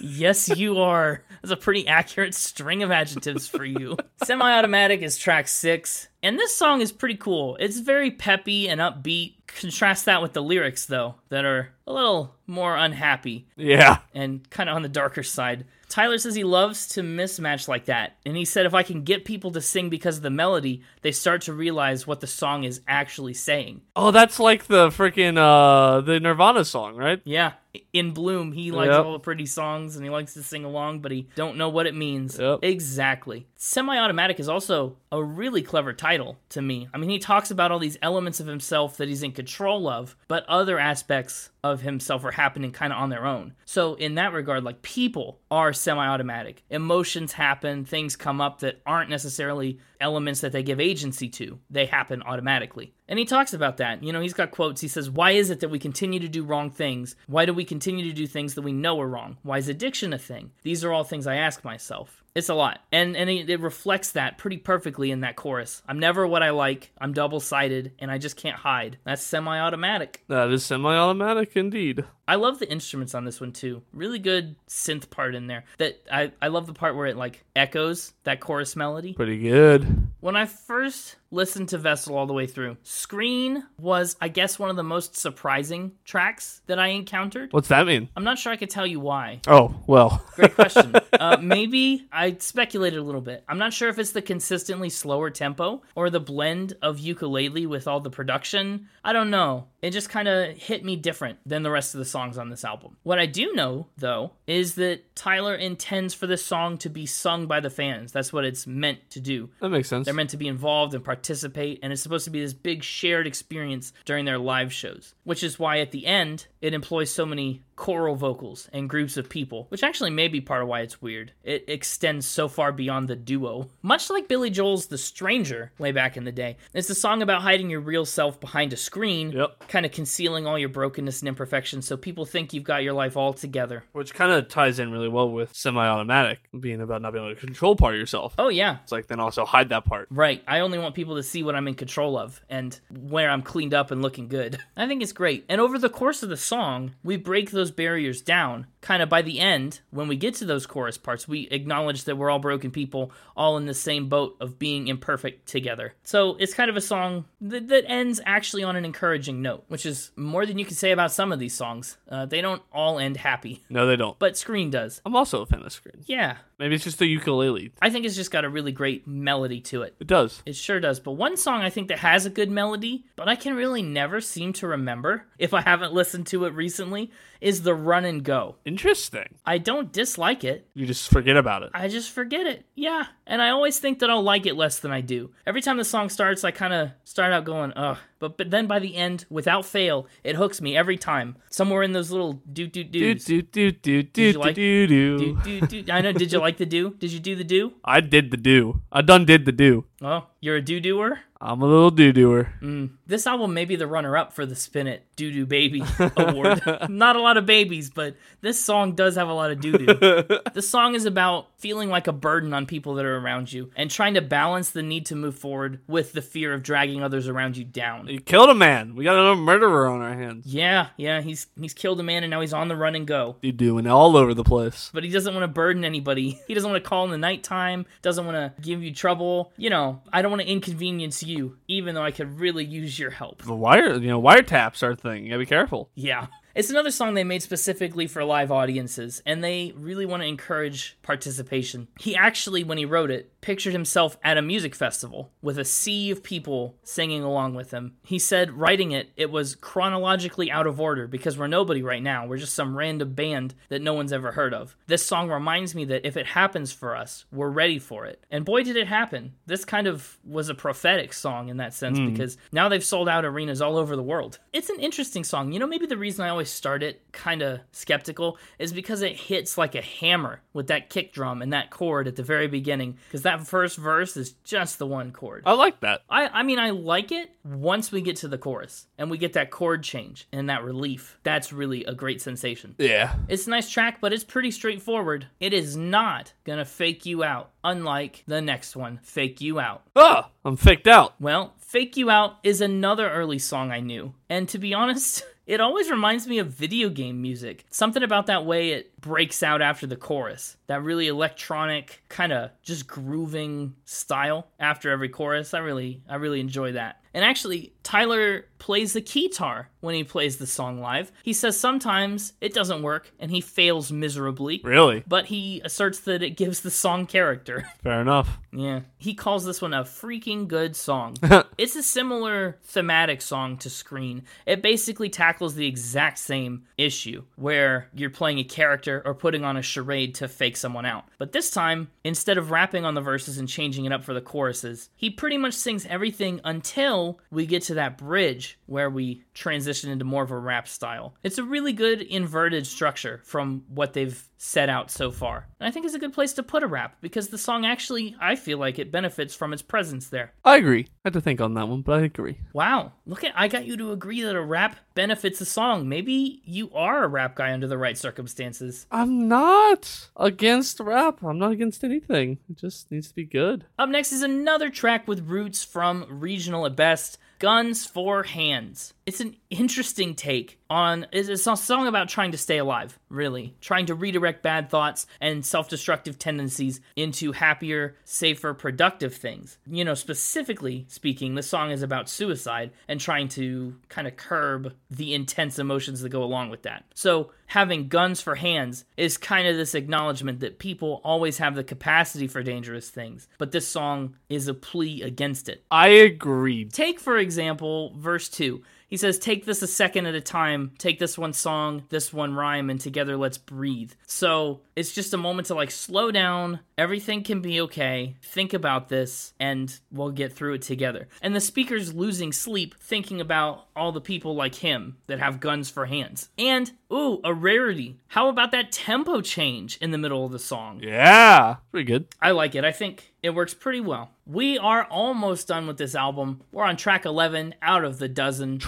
Yes, you are. That's a pretty accurate string of adjectives for you. Semi Automatic is track six, and this song is pretty cool. It's very peppy and upbeat. Contrast that with the lyrics, though, that are a little more unhappy Yeah. and kind of on the darker side. Tyler says he loves to mismatch like that, and he said if I can get people to sing because of the melody, they start to realize what the song is actually saying. Oh, that's like the freaking uh the Nirvana song, right? Yeah, in Bloom, he likes Yep. all the pretty songs and he likes to sing along, but he don't know what it means. Yep. Exactly. Semi-automatic is also a really clever title to me. I mean, he talks about all these elements of himself that he's in control of, but other aspects of himself are happening kind of on their own. So, in that regard, like people are semi-automatic. Emotions happen, things come up that aren't necessarily elements that they give agency to. They happen automatically. And he talks about that. You know, he's got quotes. He says, Why is it that we continue to do wrong things? Why do we continue to do things that we know are wrong? Why is addiction a thing? These are all things I ask myself. It's a lot. And and it, it reflects that pretty perfectly in that chorus. I'm never what I like. I'm double sided and I just can't hide. That's semi automatic. That is semi-automatic indeed. I love the instruments on this one too. Really good synth part in there. That I, I love the part where it like echoes that chorus melody. Pretty good. When I first listened to Vessel all the way through, Screen was, I guess, one of the most surprising tracks that I encountered. What's that mean? I'm not sure I could tell you why. Oh, well. Great question. uh, maybe I speculated a little bit. I'm not sure if it's the consistently slower tempo or the blend of ukulele with all the production. I don't know. It just kind of hit me different than the rest of the songs on this album. What I do know, though, is that Tyler intends for this song to be sung by the fans. That's what it's meant to do. That makes sense. They're meant to be involved and participate, and it's supposed to be this big shared experience during their live shows, which is why at the end it employs so many choral vocals and groups of people, which actually may be part of why it's weird. It extends so far beyond the duo. Much like Billy Joel's The Stranger way back in the day, it's a song about hiding your real self behind a screen, Yep. kind of concealing all your brokenness and imperfections so people think you've got your life all together. Which kind of ties in really well with semi-automatic being about not being able to control part of yourself. Oh, yeah, It's like then also hide that part. Right. I only want people to see what I'm in control of and where I'm cleaned up and looking good. I think it's great. And over the course of the song, we break those barriers down. Kind of by the end, when we get to those chorus parts, we acknowledge that we're all broken people, all in the same boat of being imperfect together. So it's kind of a song that, that ends actually on an encouraging note, which is more than you can say about some of these songs. Uh, they don't all end happy, No, they don't. but Screen does. I'm also a fan of screen. Yeah. Maybe it's just the ukulele. I think it's just got a really great melody to it. It does. It sure does. But one song I think that has a good melody, but I can really never seem to remember if I haven't listened to it recently, is The Run and Go. Interesting. I don't dislike it. You just forget about it. I just forget it. Yeah. And I always think that I'll like it less than I do. Every time the song starts, I kind of start out going, ugh. But, but then by the end, without fail, it hooks me every time. Somewhere in those little doot doot Do doots. do do do do you like- do do. Doot doot doot. I know. Did you like the do? Did you do the do? I did the do. I done did the do. Oh, you're a do doer? I'm a little do doer. Mm. This album may be the runner up for the Spin It Doo Doo Baby award. Not a lot of babies, but this song does have a lot of doo doo. the song is about feeling like a burden on people that are around you and trying to balance the need to move forward with the fear of dragging others around you down. You killed a man. We got another murderer on our hands. Yeah, yeah, he's he's killed a man and now he's on the run and go. You doing all over the place. But he doesn't want to burden anybody. He doesn't want to call in the nighttime, doesn't want to give you trouble. You know, I don't want to inconvenience you, even though I could really use your help. The wire, you know, wiretaps are a thing. You gotta be careful. Yeah. It's another song they made specifically for live audiences, and they really want to encourage participation. He actually, when he wrote it, pictured himself at a music festival with a sea of people singing along with him. He said, writing it, it was chronologically out of order because we're nobody right now. We're just some random band that no one's ever heard of. This song reminds me that if it happens for us, we're ready for it. And boy, did it happen. This kind of was a prophetic song in that sense because now they've sold out arenas all over the world. It's an interesting song. You know, maybe the reason I always start it kind of skeptical is because it hits like a hammer with that kick drum and that chord at the very beginning because that first verse is just the one chord. I like that. I, I mean, I like it once we get to the chorus and we get that chord change and that relief. That's really a great sensation. Yeah. It's a nice track, but it's pretty straightforward. It is not gonna fake you out, unlike the next one, Fake You Out. Ah, I'm faked out. Well, Fake You Out is another early song I knew, and to be honest, it always reminds me of video game music. Something about that way it breaks out after the chorus. That really electronic kind of just grooving style after every chorus. I really I really enjoy that. And actually, Tyler plays the guitar when he plays the song live. He says sometimes it doesn't work and he fails miserably. Really? But he asserts that it gives the song character. Fair enough. Yeah. He calls this one a freaking good song. it's a similar thematic song to Screen. It basically tackles the exact same issue where you're playing a character or putting on a charade to fake someone out. But this time, instead of rapping on the verses and changing it up for the choruses, he pretty much sings everything until we get to that bridge where we transition into more of a rap style. It's a really good inverted structure from what they've set out so far. And I think it's a good place to put a rap because the song actually, I feel like it benefits from its presence there. I agree. I had to think on that one, but I agree. Wow. Look at I got you to agree that a rap benefits a song. Maybe you are a rap guy under the right circumstances. I'm not against rap. I'm not against anything. It just needs to be good. Up next is another track with roots from regional at best. Guns for Hands. It's an interesting take on it's it's a song about trying to stay alive, really, trying to redirect bad thoughts and self-destructive tendencies into happier, safer, productive things. You know, specifically speaking, the song is about suicide and trying to kind of curb the intense emotions that go along with that. So, having guns for hands is kind of this acknowledgement that people always have the capacity for dangerous things, but this song is a plea against it. I agree. Take, for example, verse 2. He says, Take this a second at a time. Take this one song, this one rhyme, and together let's breathe. So it's just a moment to like slow down. Everything can be okay. Think about this, and we'll get through it together. And the speaker's losing sleep thinking about all the people like him that have guns for hands. And, ooh, a rarity. How about that tempo change in the middle of the song? Yeah. Pretty good. I like it. I think it works pretty well. We are almost done with this album. We're on track 11 out of the dozen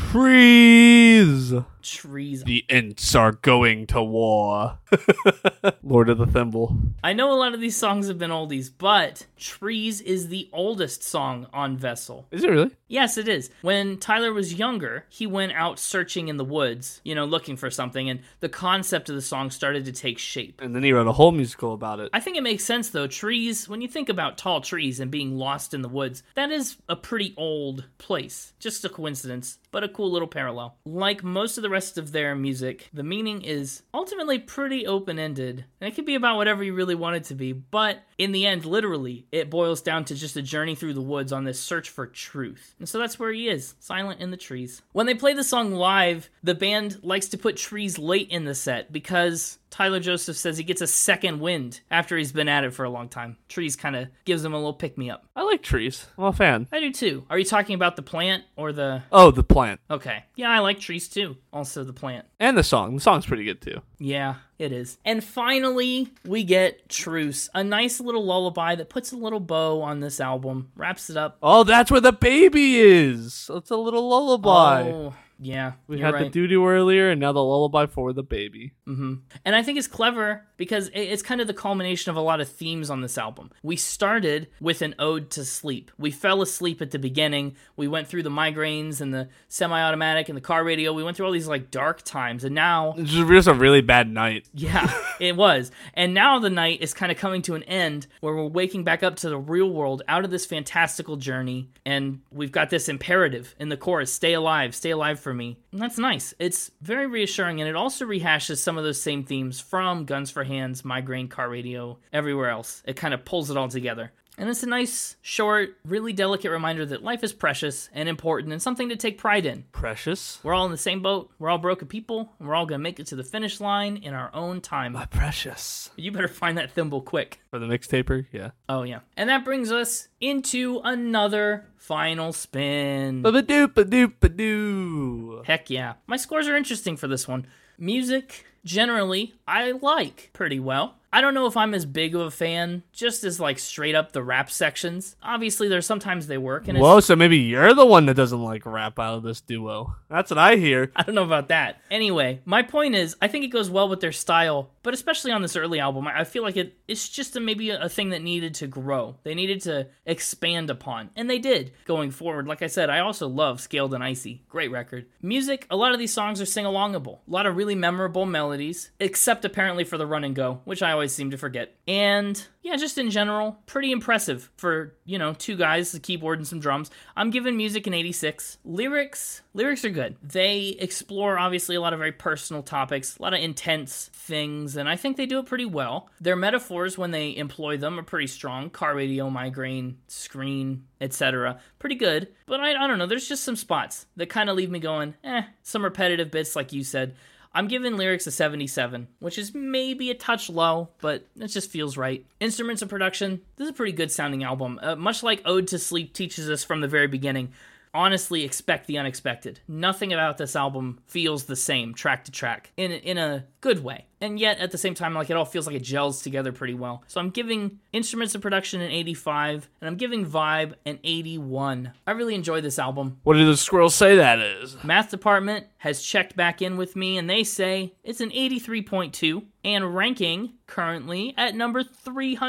Trees. trees. The Ents are going to war. Lord of the Thimble. I know a lot of these songs have been oldies, but Trees is the oldest song on Vessel. Is it really? Yes, it is. When Tyler was younger, he went out searching in the woods, you know, looking for something, and the concept of the song started to take shape. And then he wrote a whole musical about it. I think it makes sense though. Trees, when you think about tall trees and being lost in the woods, that is a pretty old place. Just a coincidence, but a cool little parallel. Like most of the rest of their music, the meaning is ultimately pretty open ended, and it can be about whatever you really want it to be, but in the end, literally, it boils down to just a journey through the woods on this search for truth. And so that's where he is, silent in the trees. When they play the song live, the band likes to put trees late in the set because Tyler Joseph says he gets a second wind after he's been at it for a long time. Trees kind of gives him a little pick me up. I like trees. I'm a fan. I do too. Are you talking about the plant or the. Oh, the plant. Okay. Yeah, I like trees too. Also, the plant. And the song. The song's pretty good too. Yeah, it is. And finally, we get Truce, a nice little lullaby that puts a little bow on this album, wraps it up. Oh, that's where the baby is. It's a little lullaby. Oh, yeah. we you're had the right. doo doo earlier, and now the lullaby for the baby. And I think it's clever because it- it's kind of the culmination of a lot of themes on this album. We started with an ode to sleep. We fell asleep at the beginning. We went through the migraines and the semi automatic and the car radio. We went through all these like dark times. And now It's just, just a really bad night. Yeah, it was. And now the night is kind of coming to an end where we're waking back up to the real world out of this fantastical journey. And we've got this imperative in the chorus stay alive, stay alive for me. And that's nice. It's very reassuring. And it also rehashes some of those same themes from Guns for Hands, Migraine, Car Radio, everywhere else. It kind of pulls it all together. And it's a nice, short, really delicate reminder that life is precious and important and something to take pride in. Precious. We're all in the same boat. We're all broken people. And we're all going to make it to the finish line in our own time. My precious. You better find that thimble quick. For the mixtaper, yeah. Oh, yeah. And that brings us into another final spin. Ba doop ba doop ba doo. Heck yeah. My scores are interesting for this one. Music, generally, I like pretty well. I don't know if I'm as big of a fan just as like straight up the rap sections. Obviously, there's sometimes they work, and it's, Whoa, so maybe you're the one that doesn't like rap out of this duo. That's what I hear. I don't know about that. Anyway, my point is, I think it goes well with their style, but especially on this early album, I I feel like it, it's just a, maybe a thing that needed to grow. They needed to expand upon, and they did going forward. Like I said, I also love Scaled and Icy. Great record. Music, a lot of these songs are sing alongable, a lot of really memorable melodies, except apparently for the Run and Go, which I always seem to forget. And yeah, just in general, pretty impressive for, you know, two guys, a keyboard and some drums. I'm giving music an 86. Lyrics, lyrics are good. They explore obviously a lot of very personal topics, a lot of intense things, and I think they do it pretty well. Their metaphors when they employ them are pretty strong. Car radio, migraine, screen, etc. Pretty good. But I, I don't know, there's just some spots that kind of leave me going, eh, some repetitive bits like you said. I'm giving lyrics a 77, which is maybe a touch low, but it just feels right. Instruments and production, this is a pretty good sounding album. Uh, much like Ode to Sleep teaches us from the very beginning, honestly expect the unexpected. Nothing about this album feels the same track to track in in a good way. And yet at the same time like it all feels like it gels together pretty well. So I'm giving Instruments and Production an 85 and I'm giving Vibe an 81. I really enjoy this album. What did the squirrel say that is? Math department has checked back in with me and they say it's an 83.2 and ranking currently at number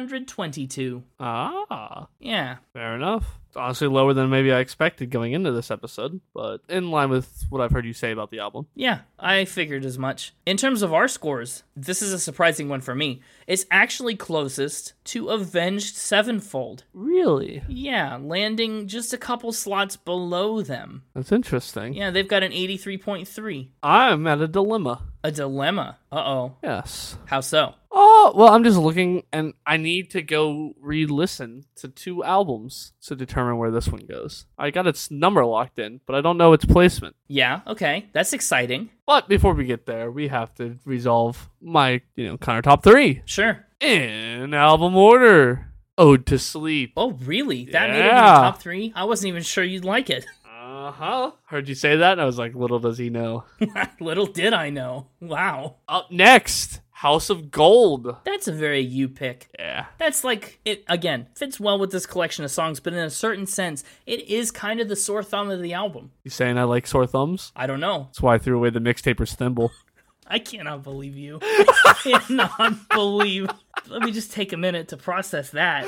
322. Ah, Yeah. fair enough. It's honestly lower than maybe I expected going into this episode, but in line with what I've heard you say about the album. Yeah, I figured as much. In terms of our scores, this is a surprising one for me. It's actually closest to Avenged Sevenfold. Really? Yeah, landing just a couple slots below them. That's interesting. Yeah, they've got an 83.3. I'm at a dilemma. A dilemma. Uh oh. Yes. How so? Oh, well, I'm just looking and I need to go re listen to two albums to determine where this one goes. I got its number locked in, but I don't know its placement. Yeah, okay. That's exciting. But before we get there, we have to resolve my, you know, Connor top three Sure. in album order Ode to Sleep. Oh, really? That made it in the Yeah. top three? I wasn't even sure you'd like it. Uh huh. Heard you say that, and I was like, little does he know. Little did I know. Wow. Up next, House of Gold. That's a very you pick. Yeah. That's like, it again, fits well with this collection of songs, but in a certain sense, it is kind of the sore thumb of the album. You saying I like sore thumbs? I don't know. That's why I threw away the mixtaper's thimble. I cannot believe you. I cannot believe. Let me just take a minute to process that.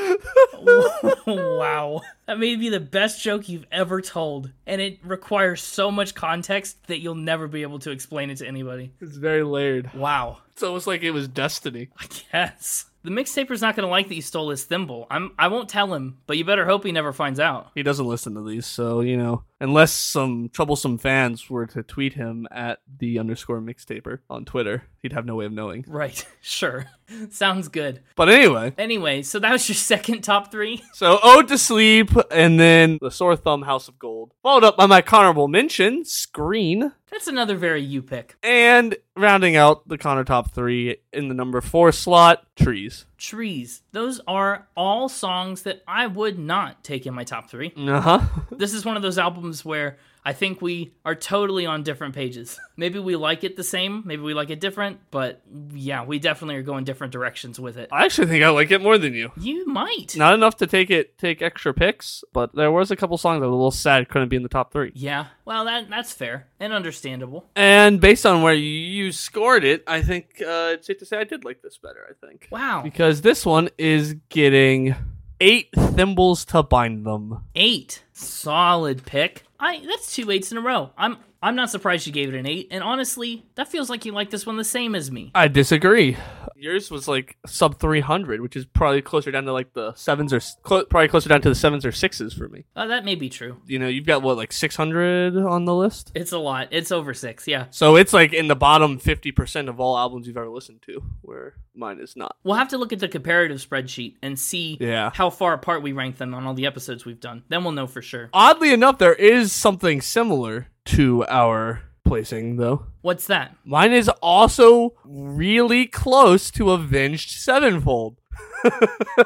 wow. That may be the best joke you've ever told, and it requires so much context that you'll never be able to explain it to anybody. It's very layered. Wow. It's almost like it was destiny. I guess. The mixtaper's not gonna like that you stole his thimble. I'm I won't tell him, but you better hope he never finds out. He doesn't listen to these, so you know, unless some troublesome fans were to tweet him at the underscore mixtaper on Twitter, he'd have no way of knowing. Right. Sure. Sounds good. But anyway, Anyway, so that was your second top three. so Ode to Sleep, and then the Sore Thumb House of Gold, followed up by my honorable mention, Screen, That's another very you pick. and rounding out the Connor top three in the number four slot, Trees. Trees. Those are all songs that I would not take in my top three. Uh huh. This is one of those albums where I think we are totally on different pages. Maybe we like it the same, maybe we like it different, but yeah, we definitely are going different directions with it. I actually think I like it more than you. You might. Not enough to take it take extra picks, but there was a couple songs that were a little sad couldn't be in the top three. Yeah, well, that that's fair and understandable. And based on where you scored it, I think uh, it's safe to say I did like this better. I think Wow, because this one is getting eight thimbles to bind them. eight, solid pick. I that's two eights in a row. I'm I'm not surprised you gave it an eight. And honestly, that feels like you like this one the same as me. I disagree. Yours was like sub three hundred, which is probably closer down to like the sevens or s- clo- probably closer down to the sevens or sixes for me. Uh, that may be true. You know, you've got what like six hundred on the list, It's a lot. It's over six. Yeah, so it's like in the bottom fifty percent of all albums you've ever listened to, where mine is not. we'll have to look at the comparative spreadsheet and see Yeah. how far apart we rank them on all the episodes we've done. Then we'll know for sure. Oddly enough, there is something similar to our placing though. What's that? Mine is also really close to Avenged Sevenfold.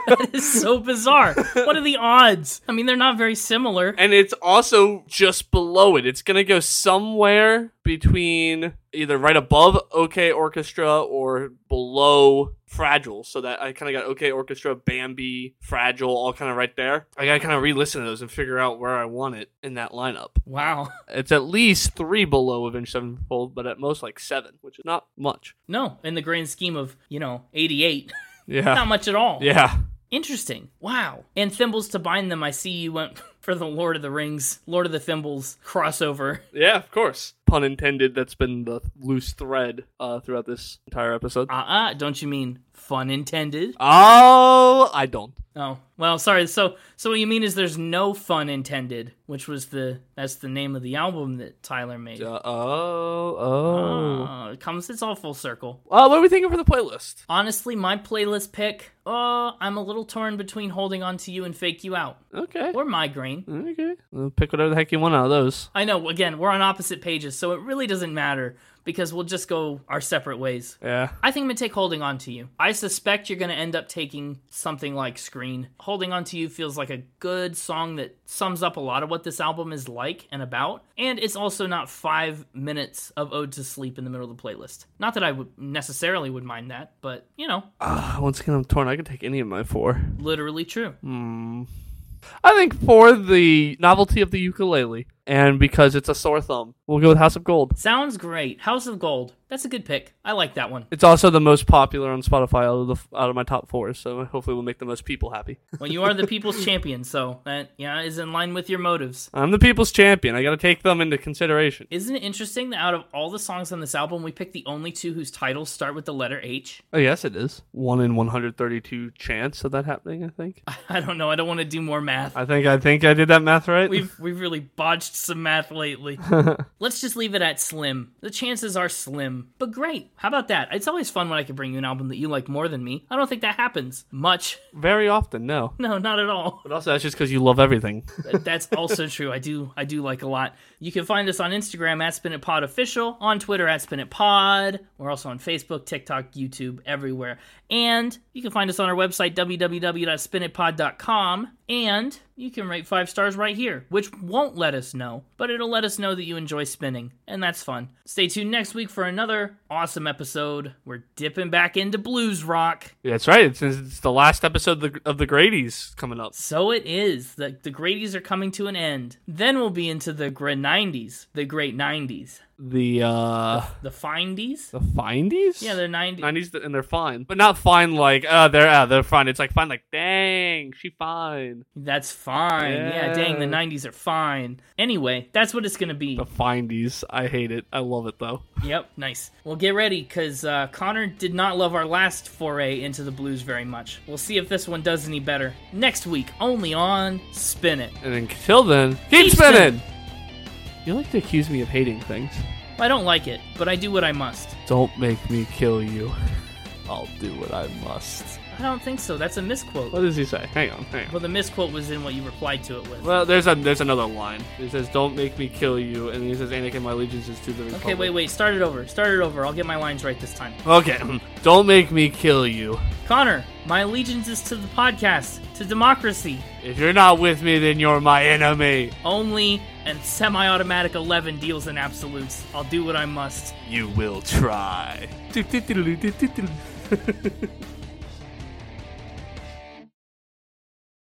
That is so bizarre. What are the odds? I mean, they're not very similar. and it's also just below it. It's gonna go somewhere between either right above OK Orchestra or below Fragile. So that I kind of got OK Orchestra, Bambi, Fragile, all kind of right there. I gotta kind of re-listen to those and figure out where I want it in that lineup. Wow. It's at least three below Avenged Sevenfold, but at most like seven, which is not much. No, in the grand scheme of, you know, 88, Yeah, not much at all. yeah. Interesting. Wow. And Thimbles to Bind Them, I see you went for the Lord of the Rings, Lord of the Thimbles crossover. Yeah, of course. Pun intended. That's been the loose thread uh, throughout this entire episode. Uh uh-uh, uh, do not you mean fun intended? Oh, I don't. Oh, well, sorry. So, so what you mean is there's no fun intended, which was the, that's the name of the album that Tyler made. Uh, oh, oh. Uh, it comes, it's all full circle. Uh, what are we thinking for the playlist? Honestly, my playlist pick, uh, I'm a little torn between holding on to you and fake you out Okay. or migraine. Okay. Well, pick whatever the heck you want out of those. I know, again, we're on opposite pages, so it really doesn't matter because we'll just go our separate ways. Yeah. I think I'm gonna take holding on to you. I suspect you're gonna end up taking something like Screen. Holding on to you feels like a good song that sums up a lot of what this album is like and about, and it's also not five minutes of Ode to Sleep in the middle of the playlist. Not that I would necessarily would mind that, but you know, Uh, once again, I'm torn. I could take any of my four. literally true. Hmm. I think for the novelty of the ukulele and because it's a sore thumb, we'll go with House of Gold. Sounds great. House of Gold. That's a good pick. I like that one. It's also the most popular on Spotify out of the out of my top four, so hopefully we'll make the most people happy. Well, you are the people's champion, so that yeah is in line with your motives. I'm the people's champion. I got to take them into consideration. Isn't it interesting that out of all the songs on this album, we picked the only two whose titles start with the letter H? Oh yes, it is one in 132 chance of that happening. I think. I don't know. I don't want to do more math. I think. I think I did that math right. We've we've really botched some math lately. Let's just leave it at slim. The chances are slim, but great. How about that? It's always fun when I can bring you an album that you like more than me. I don't think that happens much. Very often, no. No, not at all. But also, that's just because you love everything. That's also true. I do I do like a lot. You can find us on Instagram at Spin It Pod Official, on Twitter at Spin It Pod. We're also on Facebook, TikTok, YouTube, everywhere. And you can find us on our website, www.spinitpod.com. And you can rate five stars right here, which won't let us know, but it'll let us know that you enjoy spinning, and that's fun. Stay tuned next week for another awesome episode. We're dipping back into blues rock. that's right. It's, it's the last episode of the, of the Grady's coming up. So it is. The, the Gradies are coming to an end. Then we'll be into the Grid 90s, the Great 90s, The uh, the Findies. the findies. Yeah, the 90s. 90s, th- and they're fine, but not fine like uh, they're uh, they're fine. It's like fine, like dang, she fine. That's fine. Yeah. dang, the Yeah. 90s are fine. Anyway, that's what it's going to be. The findies. I hate it. I love it though. Yep, nice. Well, get ready, because uh, Connor did not love our last foray into the blues very much. We'll see if this one does any better. Next week, only on Spin It. And until then, keep, Keep spinning. You like to accuse me of hating things. I don't like it, but I do what I must. Don't make me kill you. I'll do what I must. I don't think so. That's a misquote. What does he say? Hang on, hang on. Well, the misquote was in what you replied to it with. Well, there's a there's another line. He says, "Don't make me kill you," and he says, "Anakin, my allegiance is to the Republic." Okay, wait, wait. Start it over. Start it over. I'll get my lines right this time. Okay, don't make me kill you. Connor, my allegiance is to the podcast, to democracy, If you're not with me, then you're my enemy. only, and semi automatic 11 deals in absolutes. I'll do what I must. You will try.